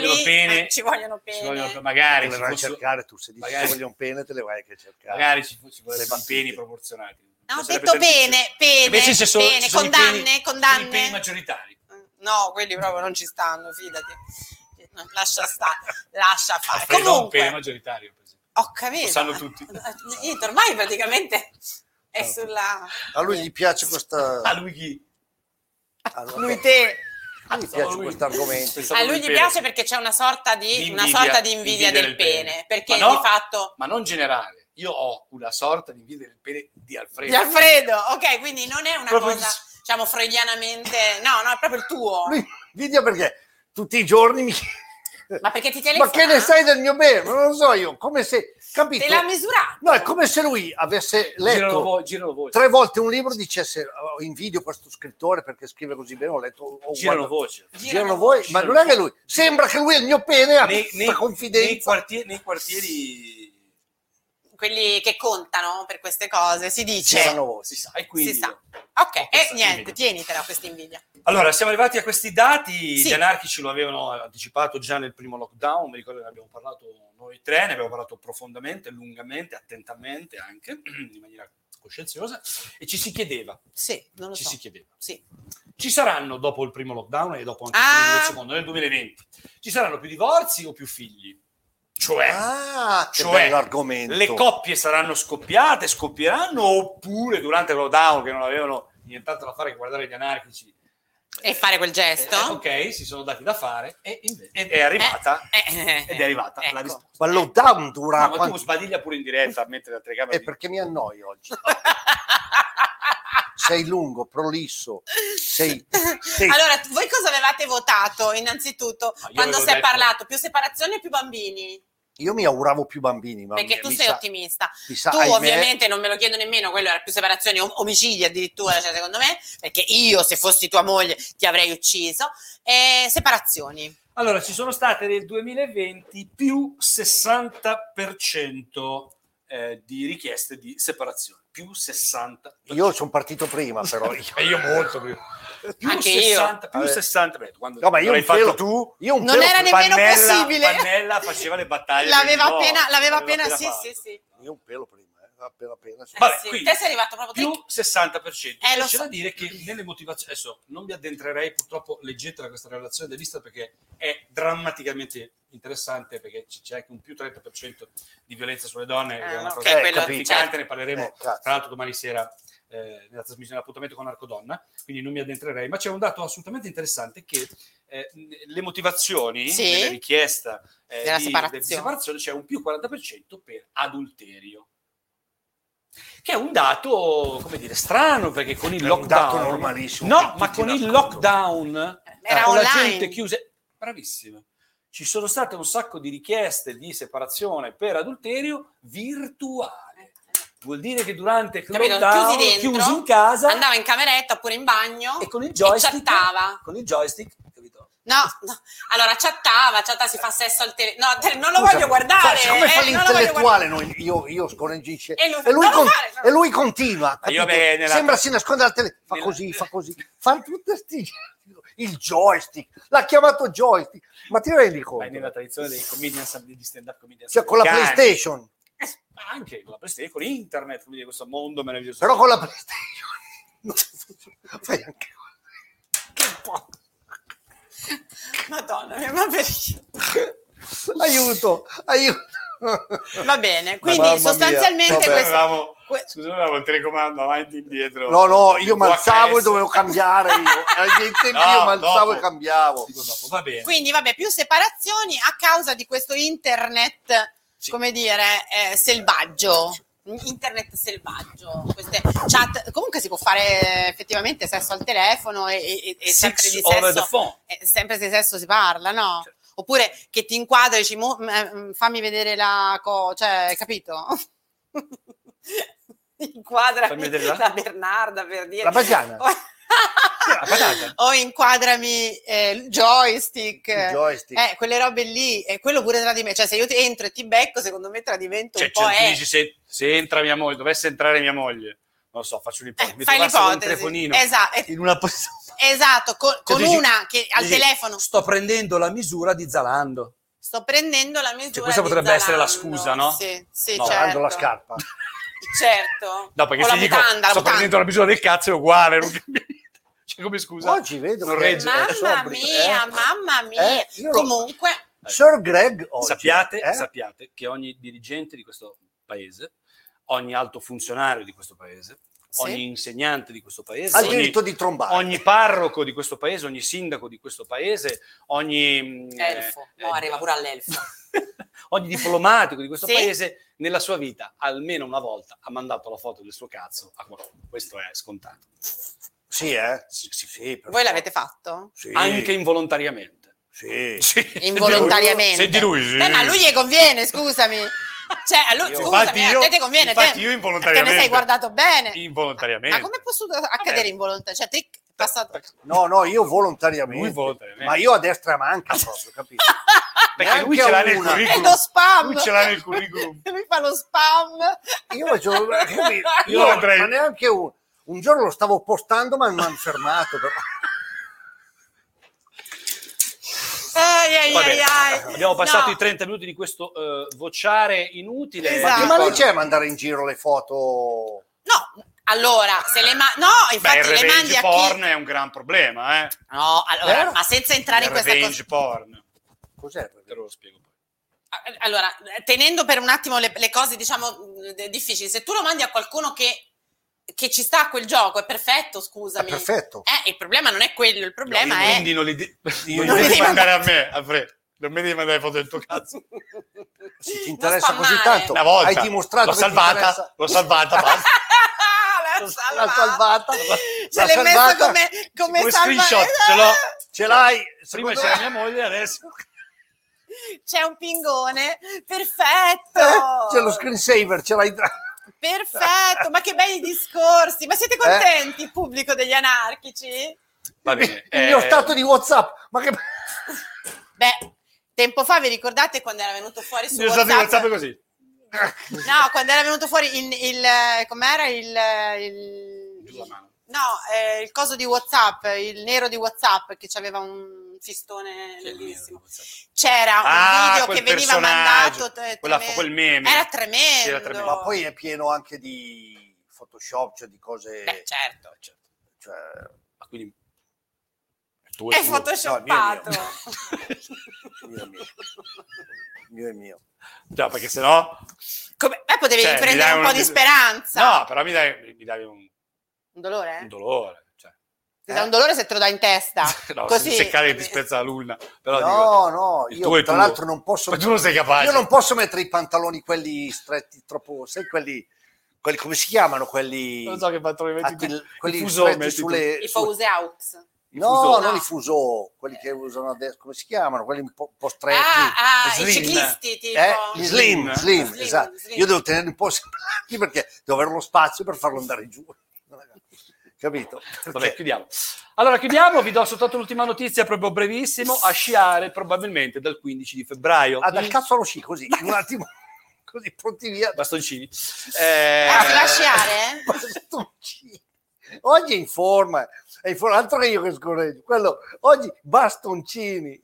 A: Ci vogliono pene.
C: eh, ci vogliono
A: Ci
C: pene.
A: vogliono-
B: Te
A: magari,
B: le
A: ci
B: vai a
A: fosse-
B: cercare tu, se dici
A: magari-
B: che voglio un pene te le vai anche a cercare.
A: magari ci, ci vorrebbero
B: Sì, sì.
A: peni proporzionati.
C: No, ho
A: Sarebbe
C: detto
A: servizio.
C: pene, pene,
A: Invece se sono-
C: pene,
A: ci sono i
C: condanne,
A: peni-
C: condanne.
A: sono i peni maggioritari.
C: No, quelli proprio non ci stanno, fidati. No, Lascia stare, lascia fare.
A: Alfredo ha un pene
C: Ah, Comunque,
A: maggioritario, per esempio.
C: ho capito. Eh,
A: Lo sanno tutti.
C: Niente, ormai praticamente è sulla...
B: A lui gli piace questa...
A: A Ah, lui chi?
B: a lui-
C: Lui te.
B: a lui piace questo argomento.
A: Pensavo
C: A Eh, lui
A: del
C: gli
A: pene.
C: piace perché c'è una sorta di,
A: Di
C: una
A: invidia,
C: sorta di invidia del, pene, perché
A: Ma no,
C: di fatto...
A: Ma non generale. Io ho una sorta di invidia del pene di Alfredo.
C: Di Alfredo, ok, quindi non è una
A: Proprio
C: cosa,
A: dis-
C: diciamo, freudianamente... No, no, è proprio il tuo.
B: Lui video perché tutti i giorni mi
C: Ma perché ti telefona?
B: Ma che ne sai del mio bene? Non lo so io, come se... Capito?
C: Te l'ha misurato.
B: No, è come se lui avesse
A: Girano
B: letto
A: voi, girano voi.
B: tre volte un libro e dicesse "Oh, invidio questo scrittore perché scrive così bene, ho letto... ho
A: Girano
B: guardato-
A: voci.
B: Girano voi, ma non è che lui. Sembra che lui è il mio pene, ha
A: Nei, nei-
B: questa
A: nei
B: confidenza.
A: quartieri, nei quartieri
C: quelli che contano per queste cose, si dice.
B: Girano voi.
A: si sa. E quindi
C: Si sa.
A: io-
C: Ok,
A: Ho
C: e
A: questa
C: niente,
A: invidia.
C: tienitela questa invidia.
A: Allora, siamo arrivati a questi dati,
C: Sì.
A: gli anarchici lo avevano anticipato già nel primo lockdown, mi ricordo che ne abbiamo parlato noi tre, ne abbiamo parlato profondamente, lungamente, attentamente anche, in maniera coscienziosa, e ci si chiedeva,
C: Sì, non lo
A: ci
C: so.
A: si chiedeva,
C: Sì.
A: ci saranno dopo il primo lockdown e dopo anche
C: Ah.
A: il secondo, nel 2020, ci saranno più divorzi o più figli? Cioè,
B: Ah, che
A: Cioè,
B: l'argomento.
A: le coppie saranno scoppiate, scoppieranno, oppure durante il lockdown, che non avevano nient'altro da fare che guardare gli anarchici,
C: E fare quel gesto?
A: eh, ok, si sono dati da fare e inve- ed è arrivata,
C: Eh, eh,
A: ed è arrivata
C: ecco.
A: la risposta.
B: Ma il lockdown dura
A: No, ma tu
B: quanti-
A: sbadiglia pure in diretta a mettere la telecamera.
B: Eh, perché mi annoio oggi. Sei lungo, prolisso. Sei... sei-
C: Allora, voi cosa avevate votato innanzitutto
A: io avevo
C: quando si è
A: detto-
C: parlato? Più separazione o più bambini?
B: Io mi auguravo più bambini, ma
C: Perché
B: mi-
C: tu
B: mi
C: sei
B: sa-
C: ottimista.
B: mi sa,
C: tu
B: ahimè,
C: ovviamente non me lo chiedo nemmeno, quello era più separazione, om- omicidi addirittura, cioè, secondo me, perché io se fossi tua moglie ti avrei ucciso. Eh, separazioni.
A: Allora, ci sono state nel 2020 più 60% eh, di richieste di separazione, più 60%.
B: Io sono partito prima, però. Io,
A: E io molto più. Più
C: Anche io.
A: 60, più
B: Vabbè.
A: 60. Beh, quando
B: No, ma io
A: l'hai
B: un pelo-
A: fatto tu,
B: io un
C: Non
B: pelo-
C: era nemmeno
A: Pannella,
C: possibile.
A: Pannella faceva le battaglie.
B: Ah,
C: L'aveva
A: per il no,
C: appena, l'aveva
A: l'aveva
C: appena, sì,
A: fatto.
C: sì, sì.
B: Io un pelo prima. eh. appena appena. insomma.
A: Vabbè,
C: sì,
A: quindi-
C: te sei arrivato proprio
A: più
C: te-
A: 60%.
C: Eh,
A: E
C: lo
A: c'è
C: so.
A: da dire che nelle motivazioni, adesso non vi addentrerei, purtroppo leggetela questa relazione dell'Istat perché è drammaticamente interessante perché c- c'è anche un più 30% di violenza sulle donne,
C: Ah,
A: che è una
C: ok,
A: cosa
B: quello-
A: terrificante,
C: cioè
B: certo.
A: ne parleremo
B: Eh, cazzo.
A: tra l'altro domani sera eh, nella trasmissione Appuntamento con Arcodonna, quindi non mi addentrerei, ma c'è un dato assolutamente interessante che eh, n- le motivazioni
C: Sì.
A: della richiesta eh,
C: Della
A: di-
C: separazione.
A: di separazione c'è un più 40% per adulterio. Che è un dato, come dire, strano perché con il
B: È un
A: lockdown...
B: dato
C: Cioè,
B: normalissimo,
A: No,
B: che
A: ma
B: tutti
A: con il
B: raccontano.
A: lockdown,
C: Eh,
A: eh,
C: Era
A: con la
C: online.
A: gente chiusa... Bravissima. Ci sono state un sacco di richieste di separazione per adulterio virtuale. Vuol dire che durante il
C: Capito?
A: lockdown,
C: Chiusi dentro,
A: chiusi in casa
C: andava in cameretta oppure in bagno
A: e con il joystick,
C: chattava.
A: con il joystick, capito?
C: No, no. allora chattava, chattava, si fa sesso al telefono. No, te- non lo
B: Scusa,
C: voglio guardare.
B: fa- Come
C: eh,
B: fa
C: non lo voglio
B: l'intellettuale? Noi, io, io scorreggisce.
C: E lui-
B: E lui,
C: Eh, non lo
B: con-
C: fare, no.
B: e lui continua.
A: Ma io
B: capito?
A: beh, nella-
B: Sembra si nasconde al telefono. Fa
A: nella-
B: così, fa così. Fa tutte sti... Il joystick. L'ha chiamato joystick. Ma ti rendi
A: Vai
B: conto?
A: nella tradizione dei comedians, degli stand-up comedians.
B: Cioè con la
A: americani.
B: PlayStation.
A: Eh, ma anche con la PlayStation, con internet, quindi questo mondo meraviglioso.
B: Però con la PlayStation. No, fai anche... Che po-
C: guardare. Madonna, mia, ma perché?
B: Aiuto, aiuto.
C: Va bene, quindi
B: mamma mia,
C: sostanzialmente
B: vabbè.
C: questo...
A: avevamo,
C: que-
A: scusate, avevamo il telecomando avanti e indietro.
B: No, no, io
A: VHS.
B: malzavo e dovevo cambiare. Io, Ai miei tempi io
A: No,
B: malzavo
A: dopo.
B: e cambiavo.
A: Dico dopo, Va bene.
C: Boh. Quindi, vabbè, più separazioni a causa di questo internet,
A: Sì.
C: come dire, eh, selvaggio. Internet selvaggio, queste chat. Comunque si può fare effettivamente sesso al telefono e, e- e sempre
A: Six
C: di
A: over the
C: sesso.
A: phone.
C: eh, sempre di sesso si parla, no?
A: Certo.
C: Oppure che ti inquadra e dici, "Mo- m- eh, m- fammi vedere la co, cioè, capito? inquadra
A: Fammi vedere la-
C: la Bernarda per dire
B: La Bagiana.
A: Oh, La patata.
C: o inquadrami eh, il joystick,
B: Il joystick.
C: eh, quelle robe lì, e quello pure tra di me. Cioè, se io ti entro e ti becco, secondo me tra divento
A: Cioè,
C: un po'
A: cioè, tu
C: eh.
A: dici se, se entra mia moglie, dovesse entrare mia moglie, non lo so, faccio un'ipotesi.
C: Eh,
A: mi
C: fai
A: trovassero un
C: l'ipotesi.
A: telefonino.
C: Esa- eh,
B: In una posizione.
C: esatto, co- con,
A: tu dici-
C: una che al
A: Dici,
C: telefono
A: Sto prendendo la misura di Zalando.
C: sto prendendo la misura.
A: Cioè, questa
C: di
A: potrebbe essere la
C: Zalando.
A: scusa, no?
C: Sì, sì,
A: No,
C: certo.
B: Lavando la scarpa.
C: Certo.
A: No, perché
C: o
A: se
C: la
A: dico
C: mutanda, la
A: sto
C: mutanda.
A: prendendo la misura del cazzo è uguale. non cambia niente. Cioè, come scusa?
B: Oggi vedo
A: Non
B: che-
A: regge.
B: Eh, sono
C: Mamma
B: obbligo-
C: mia,
B: eh.
C: mamma mia.
B: Eh, io lo-
C: Comunque,
B: Sir Greg oggi,
A: sappiate,
B: eh?
A: sappiate che ogni dirigente di questo paese, ogni alto funzionario di questo paese,
C: Sì.
A: ogni insegnante di questo paese,
B: ha il
A: ogni,
B: diritto di trombare.
A: ogni parroco di questo paese, ogni sindaco di questo paese, ogni... mm,
C: elfo.
A: eh,
C: No, arriva pure all'elfo.
A: ogni diplomatico di questo
C: Sì.
A: paese nella sua vita almeno una volta ha mandato la foto del suo cazzo a qualcuno. Questo è scontato.
B: Sì, eh?
A: Sì, sì, sì.
B: Sì, per
C: Voi
B: forza.
C: l'avete fatto?
B: Sì,
A: Anche involontariamente.
B: sì.
C: Involontariamente.
E: Senti lui, sì.
C: Beh, ma a lui gli conviene, scusami. Cioè, a lui,
A: Io-
C: scusami,
E: infatti
C: eh,
E: io-
C: a te ti conviene.
E: infatti
C: te,
E: io
C: Te ne
E: involontariamente.
C: sei guardato bene.
E: Involontariamente.
C: Ma com'è potuto accadere involontariamente? Cioè, te è passato...
B: No, no, io volontariamente.
A: Lui eh. volontariamente.
B: Ma io a destra manca proprio, capito?
E: Perché lui
B: Neanche
E: ce l'ha
B: a
E: nel
B: una.
E: curriculum.
C: E lo spam.
E: Lui ce l'ha nel curriculum.
C: Lui fa lo spam.
B: Io, faccio- eh, io,
E: Io lo andrei-
B: ma neanche un, un giorno lo stavo postando, ma mi hanno fermato. però.
C: Ai, ai,
A: Va
C: ai,
A: bene.
C: ai.
A: Abbiamo passato
C: No.
A: i 30 minuti di questo eh, vociare inutile.
C: Esatto.
B: Ma non c'è mandare in giro le foto?
C: No, allora, se le ma- No,
E: Beh, il
C: infatti le mandi
E: revenge
C: a
E: porn
C: chi...
E: è un gran problema, eh.
C: No, allora,
B: Eh?
C: ma senza entrare
E: Il
C: in questa cosa...
E: revenge porn.
B: Cos'è?
A: Te lo spiego poi.
C: Allora, tenendo per un attimo le, le cose, diciamo, mh, difficili, se tu lo mandi a qualcuno che, che ci sta a quel gioco, è perfetto,
B: È
C: scusami.
B: perfetto.
C: Eh, il problema non è quello, il problema
E: No, io
C: è...
E: Quindi non li de- non
B: non
E: li
B: li
E: devi
C: mando-
E: mandare a me, a Fred. Non mi devi mandare foto del tuo cazzo.
B: Se ti
C: Non
B: interessa
C: spammare.
B: così tanto,
E: Una volta.
B: hai dimostrato
E: l'ho
B: che ti
E: salvata,
B: interessa.
E: l'ho salvata, basta.
C: l'ha
B: L'ha salvata.
C: Ce
B: l'ha
C: l'hai messo
B: salvata.
C: come, come
E: Come
C: salva-
E: screenshot, ce l'ho.
B: Ce l'hai?
A: Prima
B: Secondo
A: c'era
B: me-
A: mia moglie, adesso
C: C'è un pingone, perfetto!
B: Eh, c'è lo screensaver, ce l'hai tra-
C: Perfetto, ma che bei discorsi! Ma
E: Eh.
C: siete contenti, pubblico degli anarchici?
A: va bene.
B: il
A: eh,
B: mio stato di WhatsApp. Ma che
C: Beh, tempo fa vi ricordate quando era venuto fuori su
E: Io sono
C: WhatsApp?
E: WhatsApp così.
C: No, quando era venuto fuori il, il eh, com'era il, eh, il
A: Giù la mano.
C: no, eh, il coso di WhatsApp, il nero di WhatsApp che aveva un fistone
A: Che
C: bellissimo.
A: merda,
C: C'era
A: Ah,
C: un video
A: quel
C: che veniva
A: personaggio,
C: mandato. Cioè, te-
A: quella-
C: tremendo.
A: quel meme.
C: Era tremendo.
A: Era tremendo.
B: Ma poi è pieno anche di Photoshop, cioè di cose...
C: Beh, certo.
B: cioè,
A: Ma quindi tu
C: È
A: tu.
C: photoshoppato.
B: No, cioè, mio e mio. mio e mio.
A: No, perché sennò
C: Come- eh, potevi
A: Cioè, mi
C: prendere
A: dai
C: un
A: una-
C: po' di speranza.
A: No, però mi dai, mi dai un,
C: Un dolore?
A: un dolore. Cioè,
C: Ti dà un dolore se te lo dà in testa.
A: no,
C: Così.
A: se seccare che ti spezza la luna. Però
B: No,
A: dico,
B: no,
A: il
B: io
A: tuo è
B: tra
A: tuo.
B: l'altro non posso...
A: Ma tu non sei capace.
B: Io non posso mettere i pantaloni quelli stretti troppo, sai quelli, quelli come si chiamano quelli
A: Non so che pantaloni metti tu.
B: attil- quelli
A: I fuso
B: stretti
A: metti tu.
B: sulle
C: I
B: su-
C: Ah. Fauseaux.
B: No,
A: fuso.
B: non
C: No.
B: i fuso, quelli che usano adesso, come si chiamano? Quelli un po', un po stretti.
C: Ah, ah,
A: Slim.
C: i ciclisti, tipo.
B: Eh, gli slim,
A: Slim,
B: slim,
C: slim,
B: esatto.
C: slim.
B: Io devo tenerli un po' separati perché devo avere lo spazio per farlo andare giù. Capito?
A: Vabbè,
B: Perché-
A: chiudiamo. Allora, chiudiamo, vi do soltanto l'ultima notizia, proprio brevissimo, a sciare probabilmente dal 15 di febbraio.
B: Ah, dal
A: Mm.
B: cazzo allo sci, così, in un attimo, così, pronti via.
A: Bastoncini. Eh,
C: Ah, si va a sciare?
B: Bastoncini. Oggi è in forma, è in forma, altro che io che scorreggio. Quello, oggi bastoncini.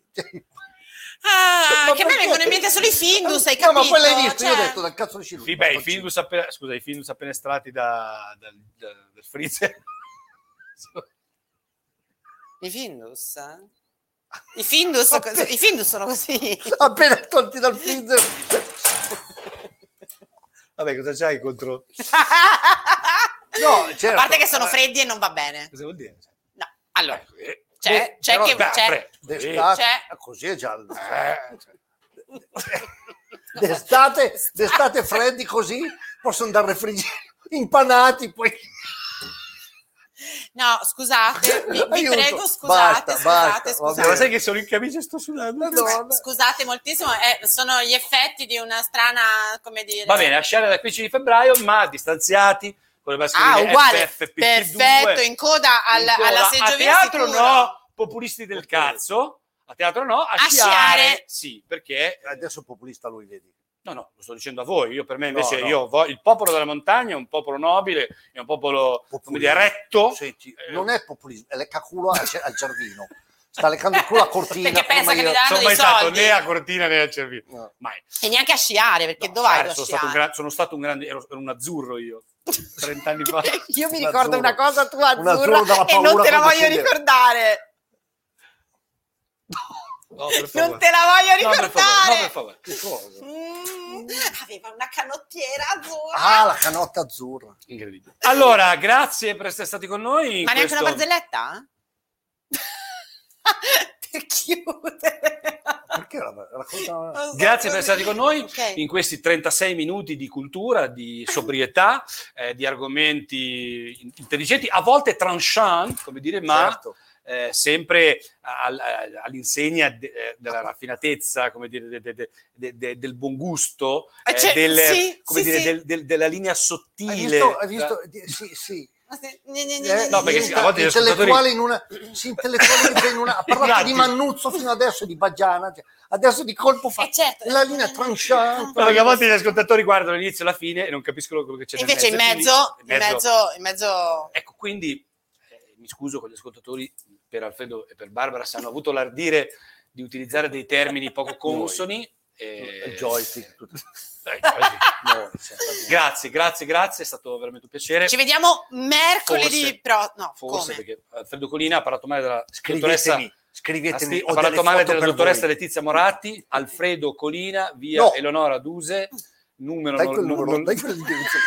C: Ah,
B: Ma
C: che a me
B: perché?
C: vengono in mente solo i Findus, hai
B: No,
C: capito?
B: ma quella hai visto, io ho
C: Cioè,
B: detto dal cazzo allo sci. lui,
A: Sì, beh, i
B: bastoncini.
A: Findus appena, scusa, i Findus appena estratti da, dal, da- dal freezer.
C: I Findus? I Findus,
B: Vabbè.
C: I Findus sono così.
B: Appena tolti dal freezer.
A: Vabbè, cosa c'hai contro...
B: No, certo.
C: A parte che sono freddi e non va bene.
A: Cosa vuol dire?
C: No, allora,
A: Eh,
C: c'è,
B: boh, però
C: c'è che...
A: dai,
C: c'è-
A: pre-
B: D'estate,
C: C'è-
B: ah, così è giallo.
A: eh, cioè,
B: D'estate, d'estate freddi così, possono andare al refrigerio, impanati, poi...
C: No, scusate, vi, vi
B: Aiuto.
C: prego, scusate,
B: Basta,
C: scusate,
B: basta, va
C: scusate.
B: bene.
A: Ma sai che sono in camicia e sto sudando?
B: Madonna.
C: Scusate moltissimo, eh, sono gli effetti di una strana, come dire...
A: Va bene, a sciare dal 15 di febbraio, ma distanziati con le
C: Ah,
A: mascherine
C: uguale,
A: FFP2.
C: perfetto, in coda al-
A: Ancora,
C: alla
A: a
C: seggiovia
A: teatro
C: sicuro.
A: no, populisti del cazzo. A teatro no, a,
C: A
A: sciare,
C: sciare.
A: sì, perché eh,
B: Adesso è populista lui, vedi.
A: No, no, lo sto dicendo a voi. Io per me
B: No,
A: invece
B: no.
A: io vo- il popolo della montagna è un popolo nobile, è un popolo come dire, retto.
B: Senti,
A: Eh,
B: non è populismo, è leccaculo al, al giardino. Sta leccando il culo a cortina.
C: Perché pensa
B: prima
C: che
B: io-
C: mi dà-
A: sono
C: dei
A: mai stato
C: soldi.
A: né a Cortina né a Cervino.
B: No.
A: Mai.
C: E neanche a sciare, perché
A: No,
C: dove vai
B: Certo,
A: sciare,
C: tu a
A: sono,
C: sciare?
A: stato un gran- sono stato un grande, ero, ero un azzurro io, 30 anni fa.
C: Io mi
B: Un
C: ricordo
B: azzurro.
C: una cosa tua
B: Un azzurro dalla
C: azzurra e
B: paura
C: non te la
B: quando
C: voglio
B: scende.
C: ricordare.
A: No, per favore.
C: Non te la voglio
A: No, per favore, no, per
C: ricordare.
A: favore.
B: Che cosa?
C: Mm, aveva una canottiera azzurra.
B: Ah, la canotta azzurra.
A: Incredibile. Allora, grazie per essere stati con noi. in
C: Ma neanche una
A: questo-
C: barzelletta? per chiudere.
B: Perché la racconta?
C: Non so
A: Grazie per
C: così.
A: essere stati con noi
C: Ok.
A: in questi 36 minuti di cultura, di sobrietà, eh, di argomenti in- intelligenti, a volte tranchant, come dire, ma
B: Certo.
A: eh, sempre al- eh, all'insegna de- eh, della raffinatezza, come dire, de- de- de- de- de- del buon gusto,
C: Eh,
A: eh,
C: cioè,
A: del-
C: sì,
A: come
C: sì,
A: dire,
C: sì.
A: del- del- della linea sottile. Eh,
B: Hai visto? Hai visto? Di- Sì, sì.
C: Ma se- gni, gni, gni,
B: Eh,
C: gni,
A: No, perché
C: gni.
A: sì, a volte gli
B: intellettuale in una, si intellettualizza in una. Ha parlato
A: Infatti.
B: di Mannuzzo fino adesso, di Baggiana, cioè, adesso di colpo fa
C: Eh, certo.
B: la linea tranchante.
A: Guarda che a volte gli ascoltatori guardano l'inizio e la fine e non capiscono quello che c'è
C: E
A: Cioè, nel
C: invece in
A: quindi-
C: mezzo, in
A: in mezzo-
C: mezzo, in mezzo...
A: Ecco, quindi eh, mi scuso con gli ascoltatori per Alfredo e per Barbara se hanno avuto l'ardire di utilizzare dei termini poco consoni. eh,
B: Il joystick.
A: eh, joystick.
B: No, cioè,
A: grazie, grazie, grazie, è stato veramente un piacere.
C: Ci vediamo mercoledì
A: Eh, Forse.
C: pro... No,
A: Forse
C: come?
A: perché Alfredo Colina ha parlato male della dottoressa
B: scrivetemi, scrivetemi.
A: Asti-
B: ho
A: ha parlato
B: delle
A: male
B: foto
A: della
B: per
A: dottoressa
B: voi.
A: Letizia Moratti, Alfredo Colina, via
B: No.
A: Eleonora Duse, numero
B: Dai
A: non-
B: quel
A: non-
B: numero,
A: non-
B: dai quell'indirizzo.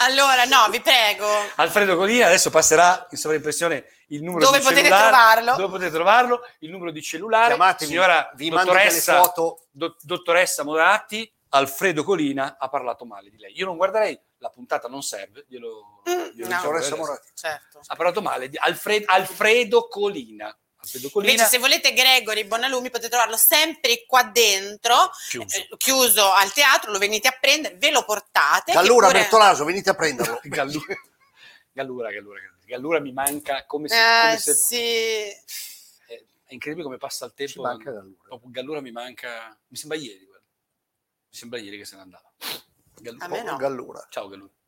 C: Allora, no, vi prego.
A: Alfredo Colina adesso passerà in sovraimpressione il numero
C: Dove
A: di
C: potete
A: cellulare,
C: trovarlo.
A: dove potete trovarlo, il numero di cellulare,
B: Chiamatemi,
A: signora
B: vi mando delle
A: dottoressa,
B: foto.
A: do- dottoressa Moratti, Alfredo Colina ha parlato male di lei. Io non guarderei, la puntata non serve, glielo, glielo
C: Mm, no.
A: dico
B: Dottoressa
A: adesso.
B: Moratti.
C: Certo.
A: Ha parlato male di Alfred- Alfredo Colina. Alfredo Colina
C: Invece, se volete Gregory Bonalumi, potete trovarlo sempre qua dentro,
A: chiuso.
C: eh, chiuso al teatro, lo venite a prendere, ve lo portate. che
B: Gallura,
C: pure-
B: Bertolaso, venite a prenderlo.
A: Gallura, Gallura, Gallura, Gallura mi manca come se... come
C: Eh,
A: se-
C: sì.
A: eh, è incredibile come passa il
B: Ci
A: tempo.
B: manca Gallura.
A: Proprio Gallura mi manca. Mi sembra ieri, guarda. Mi sembra ieri che se ne andava. Gallu-
C: A me no.
B: Gallura.
A: Oh, Ciao Gallura.